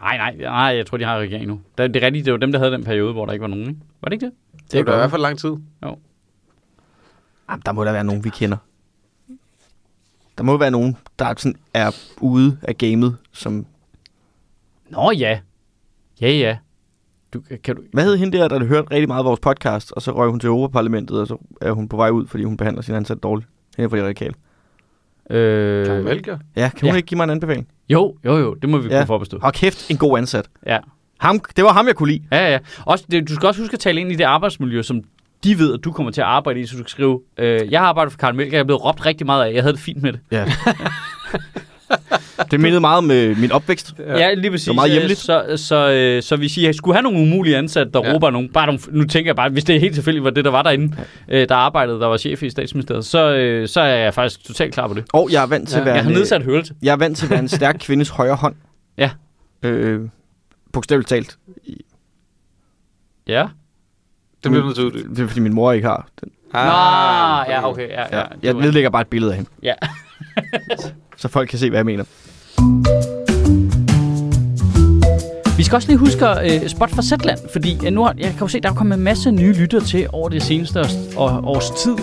[SPEAKER 1] Nej, nej, nej, jeg tror, de har regering nu. Det, det er rigtigt, det var dem, der havde den periode, hvor der ikke var nogen, ikke? Var det ikke det?
[SPEAKER 2] Det er jo da i hvert fald lang tid.
[SPEAKER 3] Jamen, der må der være nogen, vi kender. Der må være nogen, der sådan er ude af gamet, som...
[SPEAKER 1] Nå ja. Ja, ja. Du, kan du...
[SPEAKER 3] Hvad hed hende der, der hørte rigtig meget af vores podcast, og så røg hun til Europaparlamentet, og så er hun på vej ud, fordi hun behandler sin ansat dårligt. Hende er for de radikale.
[SPEAKER 2] Karen
[SPEAKER 1] Øh,
[SPEAKER 2] Melchior.
[SPEAKER 3] Ja, kan hun
[SPEAKER 1] Ja.
[SPEAKER 3] ja. ikke give mig en anbefaling?
[SPEAKER 1] jo, jo, jo, det må vi ja.
[SPEAKER 3] Ja.
[SPEAKER 1] kunne forbestå.
[SPEAKER 3] Hold kæft, en god ansat.
[SPEAKER 1] Ja.
[SPEAKER 3] Ham, det var ham, jeg kunne lide.
[SPEAKER 1] Ja, ja. Også, det, du skal også huske at tale ind i det arbejdsmiljø, som de ved, at du kommer til at arbejde i, så du kan skrive, øh, jeg har arbejdet for Karl Mælk, og jeg er blevet råbt rigtig meget af, jeg havde det fint med det.
[SPEAKER 3] Ja. det mindede meget om øh, min opvækst.
[SPEAKER 1] Ja, ja lige præcis.
[SPEAKER 3] Det var meget
[SPEAKER 1] Øh,
[SPEAKER 3] hjemligt.
[SPEAKER 1] Så, så, så, øh, så hvis I skulle have nogle umulige ansatte, der ja.
[SPEAKER 2] Ja.
[SPEAKER 1] råber nogen, bare nogle, nu tænker jeg bare, hvis det helt tilfældigt var det, der var derinde, ja. øh, der arbejdede, der var chef i statsministeriet, så, øh, så er jeg faktisk totalt klar på det.
[SPEAKER 3] Og jeg er vant til
[SPEAKER 2] Ja.
[SPEAKER 3] at være...
[SPEAKER 1] Jeg har
[SPEAKER 3] en, øh,
[SPEAKER 1] nedsat hørelse.
[SPEAKER 3] Jeg er vant til at være en stærk kvindes højre hånd.
[SPEAKER 1] Ja.
[SPEAKER 3] Øh, bogstaveligt talt.
[SPEAKER 1] Ja.
[SPEAKER 2] Det bliver du nødt til at uddybe.
[SPEAKER 3] Det er fordi min mor ikke har. Den,
[SPEAKER 1] Ah, Nå, ja, okay. Ja, ja.
[SPEAKER 3] ja,
[SPEAKER 1] det
[SPEAKER 3] jeg
[SPEAKER 1] var-
[SPEAKER 3] nedlægger bare et billede af hende.
[SPEAKER 1] Ja.
[SPEAKER 3] så folk kan se, hvad jeg mener.
[SPEAKER 1] Vi skal også lige huske uh, Spot fra Zetland, fordi uh, nu har, jeg kan jo se, der er kommet en masse nye lytter til over det seneste års, år, års tid.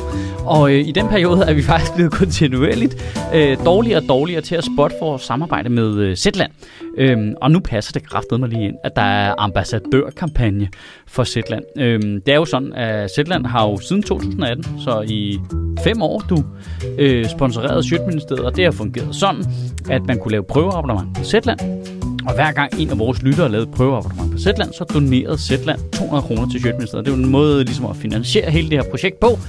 [SPEAKER 1] Og uh, i den periode er vi faktisk blevet kontinuerligt uh, dårligere og dårligere til at spotte vores samarbejde med uh, Zetland. Øhm, og nu passer det kraftedeme lige ind, at der er ambassadørkampagne for Zetland. Øhm, det er jo sådan, at Zetland har jo siden 2018, så i fem år, du øh, sponsoreret Sjøtministeriet, og det har fungeret sådan, at man kunne lave prøveabonnement på Zetland, og hver gang en af vores lyttere lavede et prøveabonnement på Zetland, så donerede Zetland 200 kroner til Sjøtministeriet. Det er jo en måde ligesom at finansiere hele det her projekt på,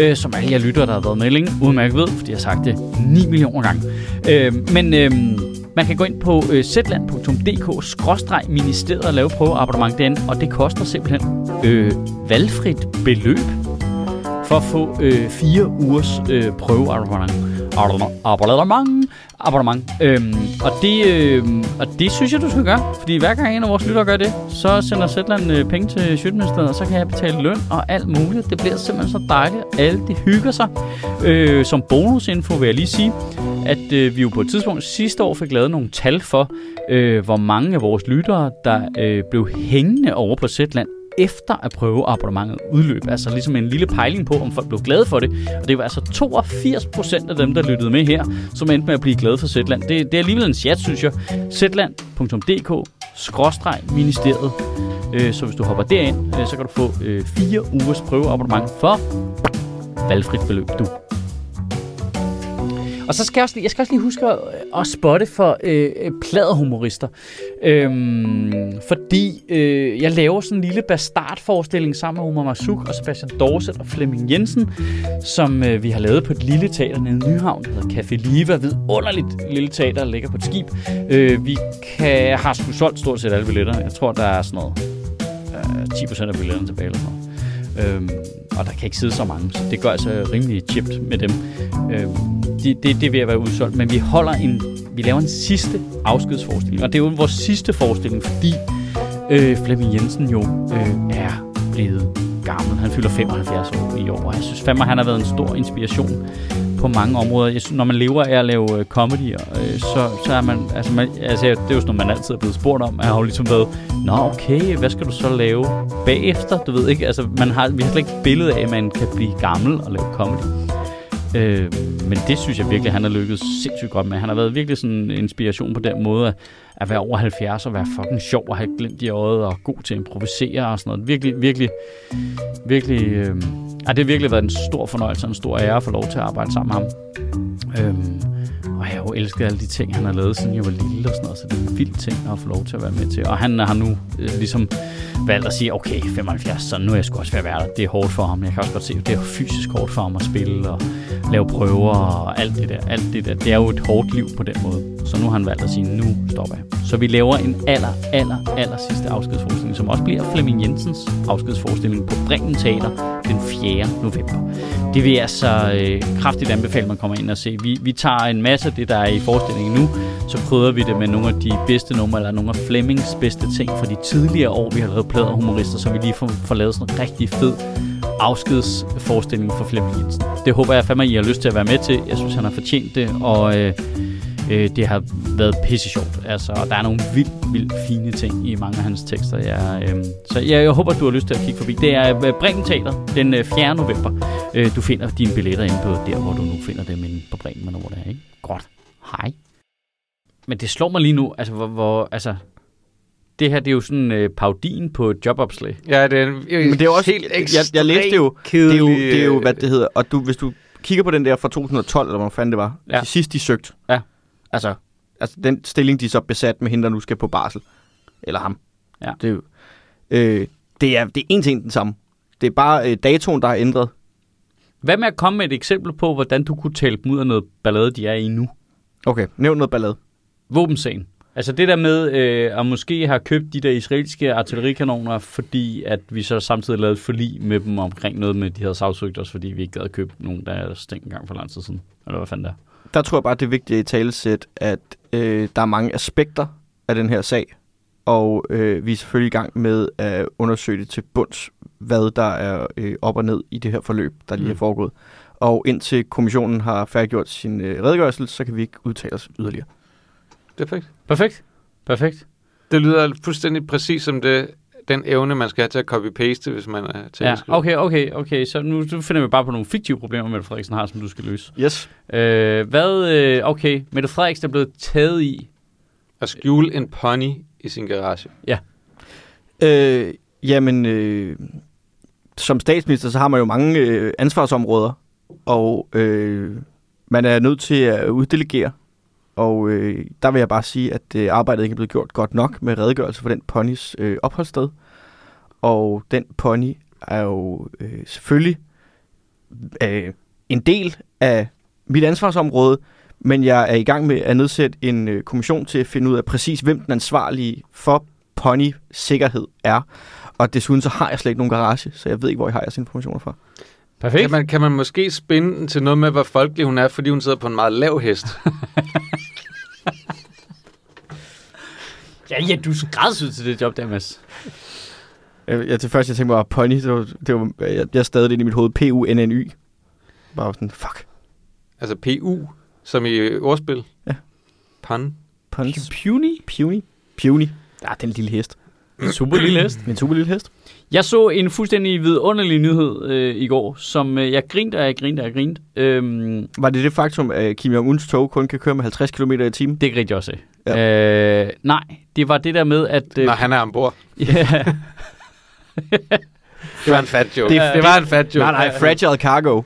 [SPEAKER 1] øh, som alle jer lyttere, der har været med længe, udmærket ved, fordi jeg har sagt det 9 millioner gange. Øh, men øh, man kan gå ind på øh, zetland.dk-ministeriet og lave prøveabonnement derinde, og det koster simpelthen øh, valgfrit beløb for at få øh, fire ugers øh, prøveabonnement. Abonnement. Abonnement. abonnement. Øhm, og, det, øhm, og det synes jeg, du skal gøre. Fordi hver gang en af vores lyttere gør det, så sender Zetland øh, penge til Sjøtministeriet, og så kan jeg betale løn og alt muligt. Det bliver simpelthen så dejligt. Alle de hygger sig. Øh, som bonusinfo vil jeg lige sige, at øh, vi jo på et tidspunkt sidste år fik lavet nogle tal for, øh, hvor mange af vores lyttere, der øh, blev hængende over på Zetland efter at prøveabonnementet udløb. Altså ligesom en lille pejling på, om folk blev glade for det. Og det var altså 82 procent af dem, der lyttede med her, som endte med at blive glade for Zetland. Det, det er alligevel en chat, synes jeg. Zetland.dk skråstreg ministeriet. Øh, så hvis du hopper derind, øh, så kan du få øh, fire ugers prøveabonnement for valgfrit beløb, du. Og så skal jeg også lige, jeg skal også lige huske at, at spotte for øh, øh, pladehumorister. Øhm, fordi øh, jeg laver sådan en lille bastardforestilling sammen med Omar Masuk og Sebastian Dorset og Flemming Jensen, som øh, vi har lavet på et lille teater nede i Nyhavn, der hedder Café Liva, vidunderligt lille teater, der ligger på et skib. Øh, vi kan, har sgu solgt stort set alle billetter. Jeg tror, der er sådan noget øh, 10% af billetterne tilbage eller sådan noget. Øhm, og der kan ikke sidde så mange, så det gør altså rimelig chipt med dem. Øhm, det, det, det vil være udsolgt, men vi holder en, vi laver en sidste afskedsforestilling, og det er jo vores sidste forestilling, fordi øh, Flemming Jensen jo øh, er blevet gammel. Han fylder 75 år i år, og jeg synes fandme, han har været en stor inspiration på mange områder. Jeg synes, når man lever af at lave øh, comedy, øh, så, så er man, altså, man, altså, det er jo sådan noget, man altid er blevet spurgt om. Jeg har jo ligesom været, nå okay, hvad skal du så lave bagefter? Du ved ikke, altså man har, vi har slet ikke et billede af, at man kan blive gammel og lave comedy. Øh, men det synes jeg virkelig, han har lykkedes sindssygt godt med. Han har været virkelig sådan en inspiration på den måde at, at være over 70 og være fucking sjov og have glimt i øjet og god til at improvisere og sådan noget. Virkelig, virkelig, virkelig... Øh, ja, det har virkelig været en stor fornøjelse og en stor ære at få lov til at arbejde sammen med ham. Øhm, og jeg har jo elsket alle de ting, han har lavet, siden jeg var lille og sådan noget, så det er en vild ting at få lov til at være med til. Og han har nu øh, ligesom valgt at sige, okay, 75, så nu er jeg sgu også ved at være der. Det er hårdt for ham. Jeg kan også godt se, at det er jo fysisk hårdt for ham at spille og lave prøver og alt det der. Alt det der. Det er jo et hårdt liv på den måde. Så nu har han valgt at sige, nu stopper jeg. Så vi laver en aller, aller, aller sidste afskedsforestilling, som også bliver Flemming Jensens afskedsforestilling på Bremen Teater den 4. november. Det vil jeg altså øh, kraftigt anbefale, at man kommer ind og se. Vi, vi tager en masse af det, der er i forestillingen nu, så prøver vi det med nogle af de bedste numre, eller nogle af Flemmings bedste ting fra de tidligere år, vi har lavet pladerhumorister, så vi lige får, får lavet sådan en rigtig fed afskedsforestilling for Flemming Jensen. Det håber jeg fandme, I har lyst til at være med til. Jeg synes, han har fortjent det, og øh, øh, det har været pisse sjovt. Altså, og der er nogle vildt, vildt fine ting i mange af hans tekster. Jeg, øh, så jeg, jeg håber, du har lyst til at kigge forbi. Det er øh, Bremen Teater den øh, 4. november. Øh, du finder dine billetter inde på der, hvor du nu finder dem inde på Bremen, eller hvor det er, ikke? Godt. Hej. Men det slår mig lige nu, altså, hvor, hvor altså, det her, det er jo sådan øh, paudien på et jobopslag.
[SPEAKER 2] Ja, det er en,
[SPEAKER 3] Men det er jo også,
[SPEAKER 2] helt øh,
[SPEAKER 3] jeg, jeg læste det jo, det er jo, det er jo, hvad
[SPEAKER 2] det
[SPEAKER 3] det hedder, og du, hvis du kigger på den der fra 2012, eller hvor fanden det var,
[SPEAKER 1] Ja.
[SPEAKER 3] ja. til sidst de søgte,
[SPEAKER 1] Ja.
[SPEAKER 3] altså, altså den stilling, de er så besat med hende, der nu skal på barsel, eller ham,
[SPEAKER 1] Ja.
[SPEAKER 3] det er jo, øh, det er, det er en ting den samme, det er bare øh, datoen, der er ændret,
[SPEAKER 1] Hvad med at komme med et eksempel på, hvordan du kunne tale dem ud af noget ballade, de er i nu?
[SPEAKER 3] okay, nævn noget ballade,
[SPEAKER 1] Våbensagen. Altså det der med øh, at måske have købt de der israelske artillerikanoner, fordi at vi så samtidig lavede et forlig med dem omkring noget med, de havde sagsøgt os, fordi vi ikke havde købt nogen, der stængte engang for lang tid siden. Eller hvad fanden der.
[SPEAKER 3] der tror jeg bare, det er vigtigt i talesæt, at øh, der er mange aspekter af den her sag, og øh, vi er selvfølgelig i gang med at undersøge det til bunds, hvad der er øh, op og ned i det her forløb, der lige
[SPEAKER 1] Mm.
[SPEAKER 3] er foregået. Og indtil kommissionen har færdiggjort sin øh, redegørelse, så kan vi ikke udtale os yderligere.
[SPEAKER 2] er perfekt.
[SPEAKER 1] Perfekt. Perfekt.
[SPEAKER 2] Det lyder fuldstændig præcis som det, den evne, man skal have til at copy-paste, hvis man er til
[SPEAKER 1] Ja. Okay, okay, okay. Så nu nu finder vi bare på nogle fiktive problemer, Mette Frederiksen har, som du skal løse.
[SPEAKER 3] Yes.
[SPEAKER 1] Øh, hvad, øh, okay, Mette Frederiksen er blevet taget i.
[SPEAKER 2] At skjule en pony i sin garage.
[SPEAKER 3] Øh, jamen, øh, som statsminister, så har man jo mange øh, ansvarsområder, og øh, man er nødt til at uddelegere. Og øh, der vil jeg bare sige, at øh, arbejdet ikke er blevet gjort godt nok med redegørelse for den ponys øh, opholdssted. Og den pony er jo øh, selvfølgelig øh, en del af mit ansvarsområde, men jeg er i gang med at nedsætte en øh, kommission til at finde ud af præcis, hvem den ansvarlige for pony-sikkerhed er. Og desuden så har jeg slet ikke nogen garage, så jeg ved ikke, hvor jeg har jeres informationer fra.
[SPEAKER 1] Perfekt.
[SPEAKER 2] Kan man, kan man måske spinde den til noget med, hvor folkelig hun er, fordi hun sidder på en meget lav hest?
[SPEAKER 1] Ja, ja, du er skrædsyd til det job der, Mads.
[SPEAKER 3] Øh, Jeg, til først, jeg tænkte mig, pony, det var, det var, øh, jeg, jeg stadig det ind i mit hoved, P-U-N-N-Y. Bare sådan, fuck,
[SPEAKER 2] altså PU, som i øh, ordspil.
[SPEAKER 3] Ja.
[SPEAKER 2] Pan.
[SPEAKER 3] puns,
[SPEAKER 1] Puny?
[SPEAKER 3] puny, puny. Ja, den lille hest.
[SPEAKER 1] Super lille hest.
[SPEAKER 3] Min super lille hest.
[SPEAKER 1] Jeg så en fuldstændig vidunderlig nyhed øh, i går, som øh, jeg grinte og jeg grinte og jeg grinte. Øhm,
[SPEAKER 3] Var det det faktum, at Kim Jong-uns tog kun kan køre med 50 km i timen?
[SPEAKER 1] det grinte jeg også af. Ja. Øh, nej, det var det der med, at... øh,
[SPEAKER 2] Når han er ombord.
[SPEAKER 1] ja,
[SPEAKER 2] Det var en fat joke.
[SPEAKER 3] Det-
[SPEAKER 2] Det, det var en fat joke.
[SPEAKER 3] Nej, nej, fragile cargo.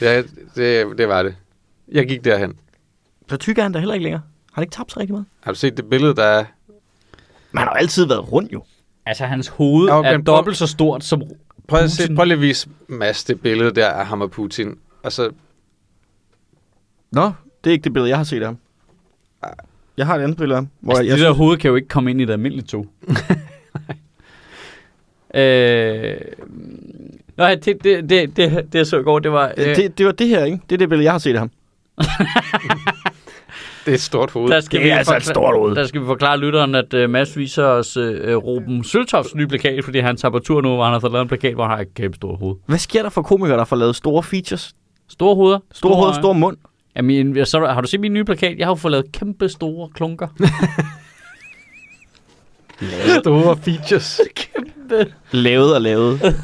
[SPEAKER 2] Ja, det, det var det. Jeg gik derhen.
[SPEAKER 3] Så tykker han da heller ikke længere. Har han ikke tabt sig rigtig meget?
[SPEAKER 2] Har du set det billede, der er?
[SPEAKER 3] Men han har jo altid været rundt, jo.
[SPEAKER 1] altså, hans hoved
[SPEAKER 2] Ja, okay,
[SPEAKER 1] er
[SPEAKER 2] prøv-
[SPEAKER 1] dobbelt så stort som...
[SPEAKER 2] Prøv at se,
[SPEAKER 1] Putin.
[SPEAKER 2] prøv lige at vise Mads det billede der af ham og Putin. Og så,
[SPEAKER 3] Nå, det er ikke det billede, jeg har set af ham. Jeg har et andet billede af ham. Hvor
[SPEAKER 1] Altså,
[SPEAKER 3] altså,
[SPEAKER 1] det
[SPEAKER 3] jeg,
[SPEAKER 1] der
[SPEAKER 3] synes,
[SPEAKER 1] hoved kan jo ikke komme ind i det almindelige tog. øh, nå, ja, det, det, det, det, det, jeg så i går, det var... Øh,
[SPEAKER 3] det, det, det var det her, ikke? Det er det billede, jeg har set af ham.
[SPEAKER 2] det er et stort hoved.
[SPEAKER 1] Der skal
[SPEAKER 3] Det
[SPEAKER 1] vi
[SPEAKER 3] er altså et
[SPEAKER 1] forkla-
[SPEAKER 3] stort hoved.
[SPEAKER 1] Der skal vi forklare lytteren, at uh, Mads viser os uh, Ruben Søltofs nye plakat, fordi han tager på tur nu, hvor han har fået lavet en plakat, hvor han har et kæmpe stort hoved.
[SPEAKER 3] Hvad sker der for komikere, der får lavet store features?
[SPEAKER 1] Store hoveder.
[SPEAKER 3] Store hoved,
[SPEAKER 1] øjne.
[SPEAKER 3] store mund.
[SPEAKER 1] Jamen, jeg- så, har du set min nye plakat? Jeg har jo fået lavet kæmpe store klunker.
[SPEAKER 2] store features.
[SPEAKER 3] Lavet og lavet.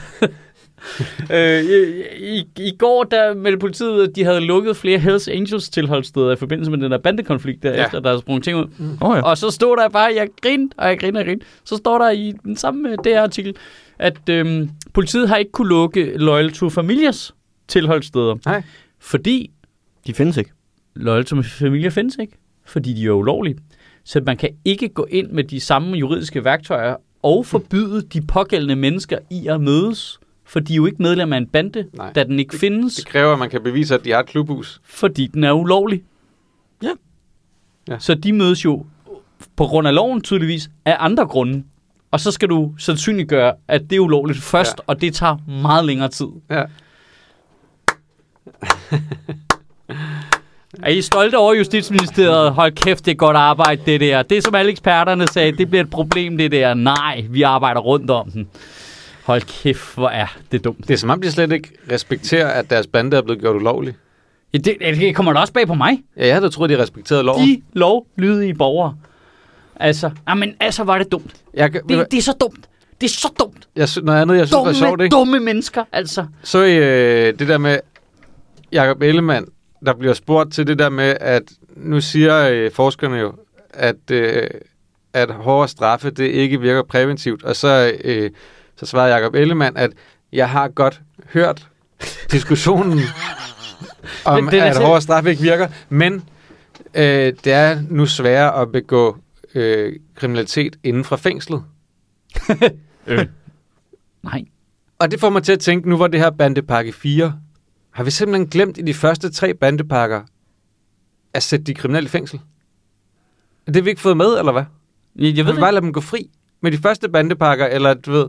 [SPEAKER 1] øh, i, i, I går, der meldte politiet, at de havde lukket flere Hells Angels tilholdssteder i forbindelse med den der bandekonflikt, der ja. efter der er sprunget ting ud.
[SPEAKER 3] Åh oh, ja.
[SPEAKER 1] Og så stod der bare, jeg grinte, og jeg grinte, og jeg grinte. Så står der i den samme øh, DR-artikel, at øhm, politiet har ikke kunne lukke Loyal to Familias tilholdssteder.
[SPEAKER 2] Nej.
[SPEAKER 1] Fordi
[SPEAKER 3] De findes ikke.
[SPEAKER 1] Loyal to Familia findes ikke, fordi de er ulovlige. Så man kan ikke gå ind med de samme juridiske værktøjer og forbyde de pågældende mennesker i at mødes, for de er jo ikke medlem af en bande,
[SPEAKER 2] Nej.
[SPEAKER 1] da den ikke findes,
[SPEAKER 2] Det kræver, at man kan bevise, at de har et klubhus.
[SPEAKER 1] fordi den er ulovlig.
[SPEAKER 3] Ja.
[SPEAKER 2] Ja.
[SPEAKER 1] Så de mødes jo på grund af loven tydeligvis, af andre grunde. Og så skal du sandsynliggøre, at det er ulovligt først, ja.
[SPEAKER 2] Ja.
[SPEAKER 1] og det tager meget længere tid.
[SPEAKER 2] Ja.
[SPEAKER 1] Er I stolte over Justitsministeriet? Hold kæft, det er godt arbejde, det der. Det, som alle eksperterne sagde, det bliver et problem, det der. Nej, vi arbejder rundt om den. Hold kæft, hvor er det dumt.
[SPEAKER 2] Det er som om, de slet ikke respekterer, at deres bande er blevet gjort ulovlig.
[SPEAKER 1] Ja, det, det kommer da også bag på mig.
[SPEAKER 2] Ja, jeg havde da troet, de respekterede loven.
[SPEAKER 1] De lovlydige borgere. Altså, jamen, altså var det dumt.
[SPEAKER 2] Jeg, kan-
[SPEAKER 1] Det, det er så dumt. Det er så dumt.
[SPEAKER 2] jeg, sy- noget andet, jeg synes var
[SPEAKER 1] Dumme,
[SPEAKER 2] sjovt, ikke?
[SPEAKER 1] dumme mennesker, altså.
[SPEAKER 2] Så øh, det der med Jacob Ellemann, der bliver spurgt til det der med, at nu siger øh, forskerne jo, at, øh, at hårdere straffe, det ikke virker præventivt. Og så, øh, så svarede Jacob Ellemann, at jeg har godt hørt diskussionen om,
[SPEAKER 1] Men det er da
[SPEAKER 2] at
[SPEAKER 1] selv-
[SPEAKER 2] hårdere straffe ikke virker, men øh, det er nu sværere at begå øh, kriminalitet inden fra fængslet.
[SPEAKER 1] Nej.
[SPEAKER 2] Og det får mig til at tænke, nu var det her bandepakke 4. Har vi simpelthen glemt i de første tre bandepakker at sætte de kriminelle i fængsel? Er Det har vi ikke fået med, eller hvad?
[SPEAKER 1] Jeg, jeg
[SPEAKER 2] Jeg
[SPEAKER 1] ved
[SPEAKER 2] ved
[SPEAKER 1] det
[SPEAKER 2] vi
[SPEAKER 1] ikke.
[SPEAKER 2] bare lade dem gå fri med de første bandepakker, eller du ved...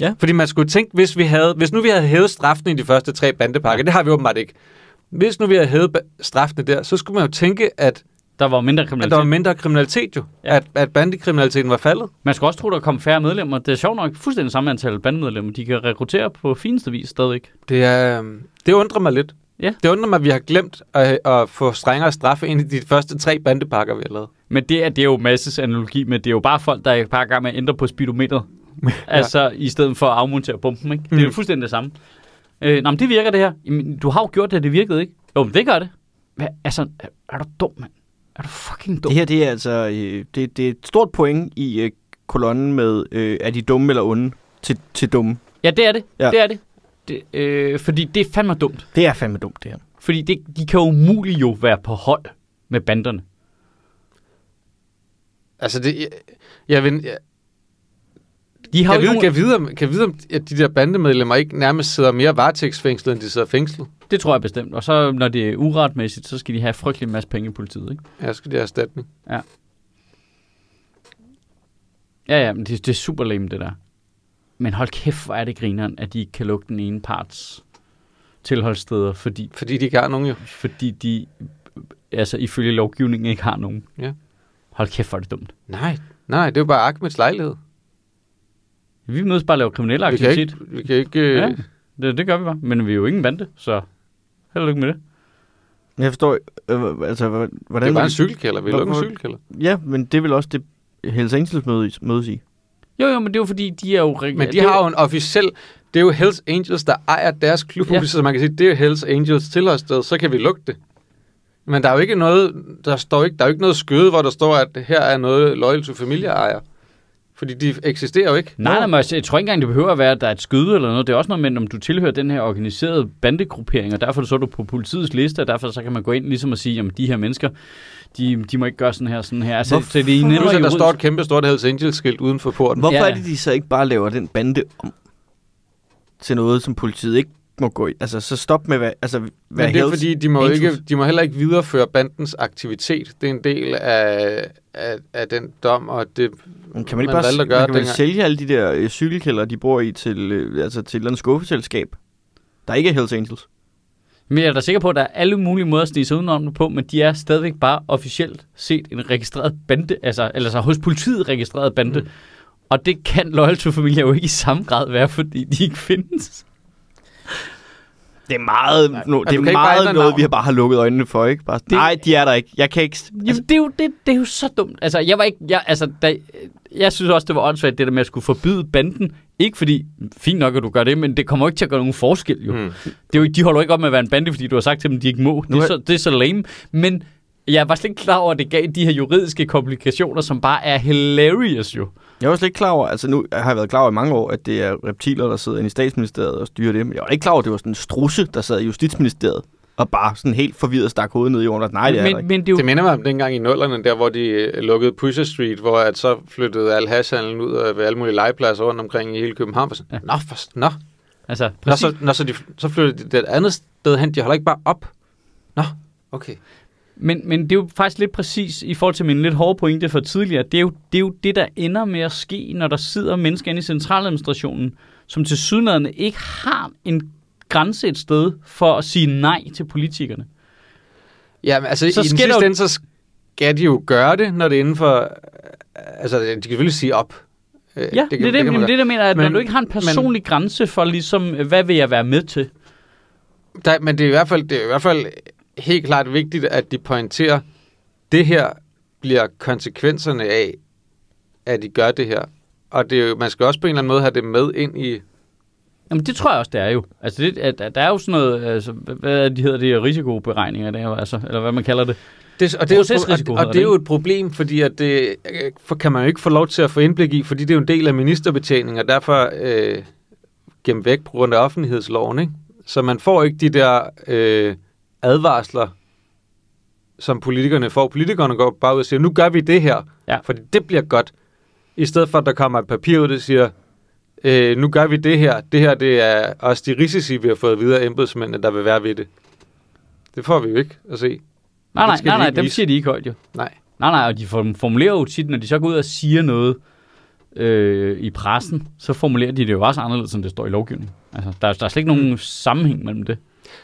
[SPEAKER 1] Ja.
[SPEAKER 2] Fordi man skulle tænke, hvis, vi havde, hvis nu vi havde hævet straffen i de første tre bandepakker, det har vi åbenbart ikke. Hvis nu vi havde hævet ba- straffene der, så skulle man jo tænke, at,
[SPEAKER 1] Der var mindre
[SPEAKER 2] at der var
[SPEAKER 1] kriminalitet.
[SPEAKER 2] mindre kriminalitet jo.
[SPEAKER 1] Ja.
[SPEAKER 2] Ja. At, at bandekriminaliteten var faldet.
[SPEAKER 1] Man skal også tro, der kom færre medlemmer. Det er sjovt nok fuldstændig samme antal bandemedlemmer. De kan rekruttere på fineste vis stadigvæk.
[SPEAKER 2] Det, er, øhm, det undrer mig lidt.
[SPEAKER 1] Ja.
[SPEAKER 2] Det undrer mig, at vi har glemt at, at få strengere straffe ind i de første tre bandepakker, vi har lavet.
[SPEAKER 1] Men det er, det er jo masses analogi med, det er jo bare folk, der er bare i gang med at ændre på speedometeret. altså i stedet for at afmontere pumpen, ikke? Det er jo
[SPEAKER 2] Mm.
[SPEAKER 1] fuldstændig det samme. Øh, nå, men det virker det her. Jamen, du har jo gjort det, det virkede ikke. Jo, men det gør det. Hva? Altså, er, er du dum, mand? Er du fucking dum?
[SPEAKER 3] Det her, det er altså øh, det, det er et stort point i øh, kolonnen med, øh, er de dumme eller onde til, til dumme.
[SPEAKER 1] Ja, det er det. Ja.
[SPEAKER 3] Ja.
[SPEAKER 1] Det er det. det øh, fordi det er fandme dumt.
[SPEAKER 3] Det er fandme dumt, det her.
[SPEAKER 1] Fordi det, de kan jo umuligt jo være på hold med banderne.
[SPEAKER 2] Altså, det, jeg, jeg, vil, jeg,
[SPEAKER 1] De har
[SPEAKER 2] jeg,
[SPEAKER 1] jo
[SPEAKER 2] ved,
[SPEAKER 1] ikke
[SPEAKER 2] kan
[SPEAKER 1] nogen...
[SPEAKER 2] vide, om- kan vide, om at de der bandemedlemmer ikke nærmest sidder mere varetægtsfængslet, end de sidder fængslet.
[SPEAKER 1] Det tror jeg bestemt. Og så når det er uretmæssigt, så skal de have frygtelig masse penge i politiet, ikke?
[SPEAKER 2] Ja, så skal de have erstatning.
[SPEAKER 1] Ja, ja, men det, det er super lame, det der. Men hold kæft, hvor er det grineren, at de ikke kan lukke den ene parts tilholdssteder, fordi,
[SPEAKER 2] Fordi de ikke har nogen jo.
[SPEAKER 1] fordi de altså ifølge lovgivningen ikke har nogen.
[SPEAKER 2] Ja.
[SPEAKER 1] Hold kæft, hvor er det dumt.
[SPEAKER 2] Nej, nej, det er jo bare Ahmeds lejlighed.
[SPEAKER 1] Vi mødes bare og laver kriminel
[SPEAKER 2] Vi kan
[SPEAKER 1] aktivitet.
[SPEAKER 2] ikke... Vi kan ikke øh,
[SPEAKER 1] Ja, det, det gør vi bare. Men vi er jo ingen bande, så held og lykke med det.
[SPEAKER 3] Men Jeg forstår, øh, altså, hvordan...
[SPEAKER 2] Det er bare en cykelkælder. Vi
[SPEAKER 3] Hvor-
[SPEAKER 2] lukker en
[SPEAKER 3] hvor-
[SPEAKER 2] cykelkælder.
[SPEAKER 3] Ja, men det vil også det Hells Angels mødes, mødes i.
[SPEAKER 1] Jo, jo, men det er jo fordi, de er jo... reg-
[SPEAKER 2] Men de
[SPEAKER 1] det er
[SPEAKER 2] har jo en officiel... Det er jo Hells Angels, der ejer deres klubhus,
[SPEAKER 1] Ja.
[SPEAKER 2] ja. så man kan sige, det er jo Hells Angels tilholdssted, så kan vi lukke det. Men der er jo ikke noget, der står ikke, der er jo ikke noget skøde, hvor der står, at her er noget Loyal to Familia ejer. Fordi de eksisterer jo ikke.
[SPEAKER 1] Nej, nej, men altså, jeg tror ikke engang, det behøver at være, at der er et skyde eller noget. Det er også noget med, om du tilhører den her organiserede bandegruppering, og derfor så er du på politiets liste, og derfor så kan man gå ind ligesom og sige, at de her mennesker, de, de må ikke gøre sådan her sådan her. Altså,
[SPEAKER 3] Hvorfor?
[SPEAKER 1] så det er nemmere
[SPEAKER 2] Plus, at der
[SPEAKER 1] juridisk.
[SPEAKER 2] står et kæmpe stort Hells Angels skilt uden for porten.
[SPEAKER 3] Hvorfor
[SPEAKER 1] Ja,
[SPEAKER 3] ja,
[SPEAKER 1] ja.
[SPEAKER 3] ja. er det, de så ikke bare laver den bande om til noget, som politiet ikke må gå i? Altså, så stop med, hvad, altså, hvad
[SPEAKER 2] Men det er
[SPEAKER 3] Hells
[SPEAKER 2] fordi, de må,
[SPEAKER 3] Angels-
[SPEAKER 2] ikke, de må heller ikke videreføre bandens aktivitet. Det er en del af, af, af den dom, og det,
[SPEAKER 3] Men kan man ikke
[SPEAKER 2] man
[SPEAKER 3] bare
[SPEAKER 2] valgte at
[SPEAKER 3] s-
[SPEAKER 2] gøre
[SPEAKER 3] man kan man
[SPEAKER 2] dengang.
[SPEAKER 3] sælge alle de der øh, cykelkælder, de bor i, til, øh, altså, til et eller andet skuffeselskab, der ikke er Hells Angels?
[SPEAKER 1] Men jeg er da sikker på, at der er alle mulige måder at snige sig udenom det på, men de er stadigvæk bare officielt set en registreret bande, altså, eller så hos politiet registreret bande. Mm. Og det kan Loyal to Familia jo ikke i samme grad være, fordi de ikke findes.
[SPEAKER 3] Det er meget, no, det
[SPEAKER 2] kan
[SPEAKER 3] er
[SPEAKER 2] ikke bare ændre
[SPEAKER 3] meget noget,
[SPEAKER 2] navnet.
[SPEAKER 3] vi har bare har lukket øjnene for, ikke? Bare, nej, de er der ikke. Jeg kan ikke... s- Altså,
[SPEAKER 1] Jamen, det, er jo, det, det er jo så dumt. Altså, jeg var ikke... Jeg, altså, da, jeg synes også, det var åndssvagt, det der med at skulle forbyde banden. Ikke fordi, fint nok, at du gør det, men det kommer jo ikke til at gøre nogen forskel, jo. Mm.
[SPEAKER 2] Mm.
[SPEAKER 1] Det er jo, ikke- de holder jo ikke op med at være en bande, fordi du har sagt til dem, de ikke må. Det er,
[SPEAKER 3] har-
[SPEAKER 1] så, det er så lame. Men jeg var slet ikke klar over, at det gav de her juridiske komplikationer, som bare er hilarious, jo.
[SPEAKER 3] Jeg var slet ikke klar over, altså nu har jeg været klar over i mange år, at det er reptiler, der sidder inde i statsministeriet og styrer det, men jeg var ikke klar over, at det var sådan en strusse, der sad i justitsministeriet og bare sådan helt forvirret stak hovedet ned i jorden. og Nej, det er der
[SPEAKER 1] men,
[SPEAKER 3] ikke.
[SPEAKER 1] men det er jo
[SPEAKER 2] Det minder mig om dengang i nullerne, der hvor de øh, lukkede Pusher Street, hvor at så flyttede al hashhandlen ud af ved alle mulige legepladser rundt omkring i hele København. Og sådan,
[SPEAKER 1] Ja.
[SPEAKER 2] ja. Nå, for, nå.
[SPEAKER 1] Altså,
[SPEAKER 2] nå,
[SPEAKER 1] præcis.
[SPEAKER 2] så, nå så, de, så flyttede de det et andet sted hen. De holder ikke bare op. Nå, okay.
[SPEAKER 1] Men, men det er jo faktisk lidt præcis i forhold til min lidt hårde pointe for tidligere. Det er, jo, det er jo det, der ender med at ske, når der sidder mennesker inde i centraladministrationen, som til sydlandet ikke har en grænse et sted for at sige nej til politikerne.
[SPEAKER 2] Ja, men altså
[SPEAKER 1] Så
[SPEAKER 2] så i den
[SPEAKER 1] sker
[SPEAKER 2] sidste
[SPEAKER 1] der jo-
[SPEAKER 2] ende, så skal de jo gøre det, når det er inden for... øh, Altså, de kan selvfølgelig sige op. Øh,
[SPEAKER 1] Ja, det, det, det, det, det,
[SPEAKER 2] man
[SPEAKER 1] det, det der mener, jeg, at men, når
[SPEAKER 2] Men-
[SPEAKER 1] du ikke har en personlig men, grænse for ligesom, øh, hvad vil jeg være med til?
[SPEAKER 2] gøre. Der, men det er, i hvert fald, det er i hvert fald helt klart vigtigt, at de pointerer, det her bliver konsekvenserne af, at de gør det her. Og det er jo, man skal også på en eller anden måde have det med ind i...
[SPEAKER 1] Jamen, det tror jeg også, det er jo. Altså, det, at, at der er jo sådan noget, altså, hvad- hvad er de hedder det, risikoberegninger, der, altså, eller hvad man kalder det.
[SPEAKER 2] Det, og, det er jo, et
[SPEAKER 1] Procesrisiko
[SPEAKER 2] pro- og,
[SPEAKER 1] hedder
[SPEAKER 2] og det er
[SPEAKER 1] det,
[SPEAKER 2] jo et problem, fordi at det øh, for, kan man jo ikke få lov til at få indblik i, fordi det er jo en del af ministerbetjeningen, og derfor øh, gemt væk på grund af offentlighedsloven. Ikke? Så man får ikke de der øh, advarsler, som politikerne får. Politikerne går bare ud og siger, nu gør vi det her,
[SPEAKER 1] Ja.
[SPEAKER 2] fordi det bliver godt. I stedet for, at der kommer et papir ud, der siger, øh, nu gør vi det her. Det her det er også de risici, vi har fået videre af embedsmændene, der vil være ved det. Det får vi jo ikke at se.
[SPEAKER 1] Nej,
[SPEAKER 2] Det
[SPEAKER 1] nej,
[SPEAKER 2] skal
[SPEAKER 1] nej,
[SPEAKER 2] de
[SPEAKER 1] nej,
[SPEAKER 2] ikke
[SPEAKER 1] dem
[SPEAKER 2] vise.
[SPEAKER 1] siger de ikke højt, jo.
[SPEAKER 2] Nej.
[SPEAKER 1] Nej, nej, og de form- formulerer jo tit, når de så går ud og siger noget øh, i pressen, så formulerer de det jo også anderledes, end det står i lovgivningen. Altså, der, er- der er slet ikke nogen sammenhæng mellem det.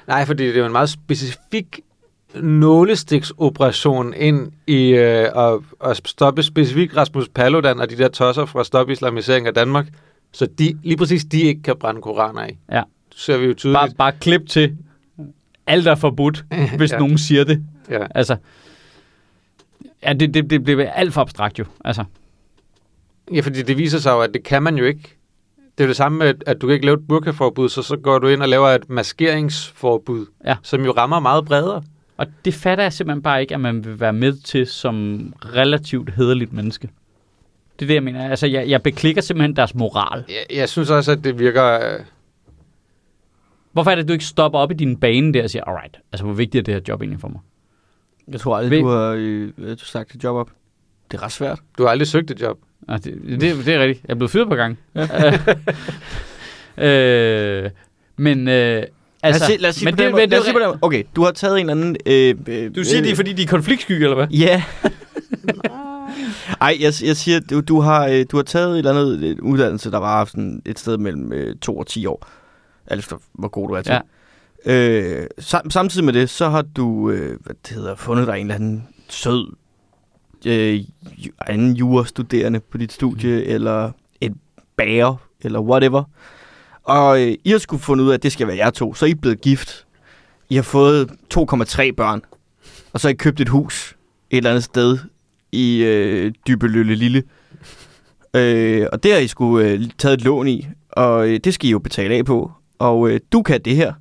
[SPEAKER 2] Nej, fordi det er jo en meget specifik nålestiksoperation ind i øh, at, at stoppe specifikt Rasmus Paludan og de der tosser fra Stop Islamisering af Danmark, så de, lige præcis de ikke kan brænde koraner af.
[SPEAKER 1] Ja.
[SPEAKER 2] Det ser vi jo tydeligt.
[SPEAKER 1] Bare, bare klip til, alt er forbudt, hvis
[SPEAKER 2] Ja.
[SPEAKER 1] ja. nogen siger det.
[SPEAKER 2] Ja.
[SPEAKER 1] Altså, ja, det, det, det bliver alt for abstrakt jo. Altså,
[SPEAKER 2] ja, fordi det viser sig jo, at det kan man jo ikke. Det er jo det samme med, at du kan ikke lave et burkaforbud, så så går du ind og laver et maskeringsforbud,
[SPEAKER 1] Ja.
[SPEAKER 2] som jo rammer meget bredere.
[SPEAKER 1] og det fatter jeg simpelthen bare ikke, at man vil være med til som relativt hederligt menneske. Det er det, jeg mener. Altså, jeg, jeg beklikker simpelthen deres moral.
[SPEAKER 2] Jeg, jeg synes også, at det virker... Øh,
[SPEAKER 1] Hvorfor er det, at du ikke stopper op i din bane der og siger, alright, altså hvor vigtigt er det her job egentlig for mig?
[SPEAKER 3] Jeg tror aldrig,
[SPEAKER 1] Ved-
[SPEAKER 3] du har øh, øh, du sagt et job op. Det er ret svært.
[SPEAKER 2] du har aldrig søgt et job.
[SPEAKER 1] Ah, det, det, det er rigtigt. Jeg er blevet fyret på gang. øh, men øh, altså...
[SPEAKER 3] lad os se, lad os sige
[SPEAKER 1] men
[SPEAKER 3] på den
[SPEAKER 1] det,
[SPEAKER 3] måde.
[SPEAKER 1] men
[SPEAKER 3] Lad
[SPEAKER 1] det,
[SPEAKER 3] os sige på den måde. Okay, du har taget en eller anden... Øh, øh,
[SPEAKER 1] du siger, det er fordi, de er konfliktsky, eller hvad?
[SPEAKER 3] Ja. Ej, jeg, jeg siger, du, du, har, øh, du har taget et eller andet øh, uddannelse, der var sådan et sted mellem øh, 2 og 10 år. Alt efter, hvor god du er til.
[SPEAKER 1] Ja.
[SPEAKER 3] Øh, sam, samtidig med det, så har du øh, hvad det hedder, fundet dig en eller anden sød øh, ju- anden jurastuderende på dit studie, mm. eller et bager, eller whatever. Og øh, I har skulle fundet ud af, at det skal være jer to. Så I er blevet gift. I har fået 2,3 børn. Og så har I købt et hus et eller andet sted i øh, Dybelølle Lille. Øh, og der har I skulle øh, taget et lån i, og øh, det skal I jo betale af på. Og øh, du kan det her,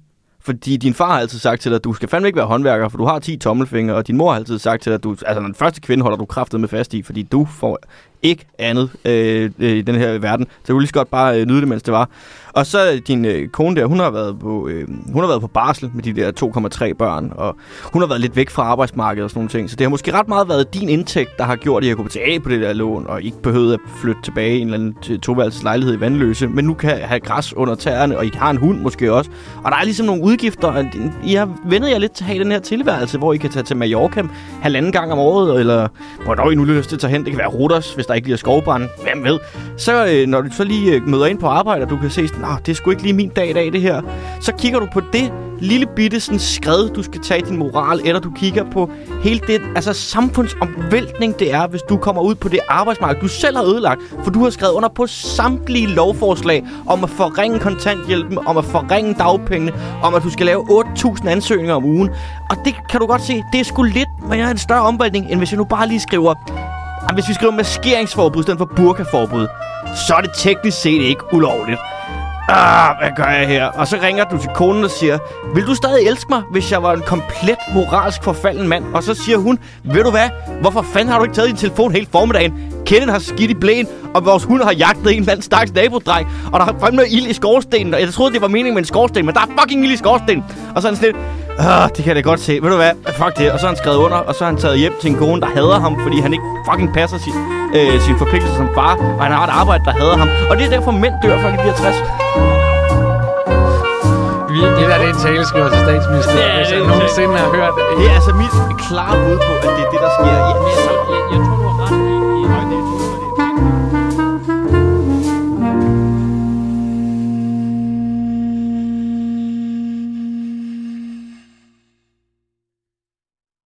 [SPEAKER 3] fordi din far har altid sagt til dig, at du skal fandme ikke være håndværker, for du har 10 tommelfingre, og din mor har altid sagt til dig, at du, altså den første kvinde holder du kraftet med fast i, fordi du får ikke andet øh, øh, i den her verden. Så du kunne lige så godt bare øh, nyde det, mens det var. Og så øh, din øh, kone der, hun har, været på, øh, hun har været på barsel med de der 2,3 børn, og hun har været lidt væk fra arbejdsmarkedet og sådan nogle ting. Så det har måske ret meget været din indtægt, der har gjort, at jeg kunne betale af på det der lån, og ikke behøvede at flytte tilbage i en eller anden t- toværelseslejlighed i Vandløse. Men nu kan jeg have græs under tæerne, og I har en hund måske også. Og der er ligesom nogle udgifter, og det- I har vendet jer lidt til at have den her tilværelse, hvor I kan tage til Mallorca halvanden gang om året, eller hvornår I nu lyst til at tage hen. Det kan være Rodos, hvis der ikke bliver skovbrand. Hvem ved? Så øh, når du så lige øh, møder ind på arbejde, og du kan se, at det er sgu ikke lige min dag i dag, det her. Så kigger du på det lille bitte sådan, skred, du skal tage i din moral, eller du kigger på hele det altså, samfundsomvæltning, det er, hvis du kommer ud på det arbejdsmarked, du selv har ødelagt, for du har skrevet under på samtlige lovforslag om at forringe kontanthjælpen, om at forringe dagpengene, om at du skal lave 8.000 ansøgninger om ugen. Og det kan du godt se, det er sgu lidt, men jeg har en større omvæltning, end hvis jeg nu bare lige skriver Jamen, hvis vi skriver maskeringsforbud i stedet for burkaforbud, så er det teknisk set ikke ulovligt. Ah, hvad gør jeg her? Og så ringer du til konen og siger, vil du stadig elske mig, hvis jeg var en komplet moralsk forfalden mand? Og så siger hun, ved du hvad, hvorfor fanden har du ikke taget din telefon hele formiddagen? Kenneth har skidt i blæen, og vores hund har jagtet en eller anden stakkels nabodreng, og der er fandme ild i skorstenen, og jeg troede, det var meningen med en skorsten, men der er fucking ild i skorstenen. Og så er han sådan lidt, Ah, det kan jeg da godt se. Ved du hvad? Fuck det. Og så har han skrevet under, og så har han taget hjem til en kone, der hader ham, fordi han ikke fucking passer sin, øh, sin forpligtelse som far, og han har et arbejde, der hader ham. Og det er derfor, mænd dør, før de bliver
[SPEAKER 1] Vi
[SPEAKER 3] 60.
[SPEAKER 1] virkelig...
[SPEAKER 2] Det der, det er en taleskriver til
[SPEAKER 1] Ja,
[SPEAKER 2] statsministeriet, hvis
[SPEAKER 1] det er
[SPEAKER 2] jeg
[SPEAKER 1] en
[SPEAKER 2] nogensinde har hørt.
[SPEAKER 3] Det er altså mit klare bud på, at det er det, der sker i
[SPEAKER 1] Jeg, jeg, jeg tror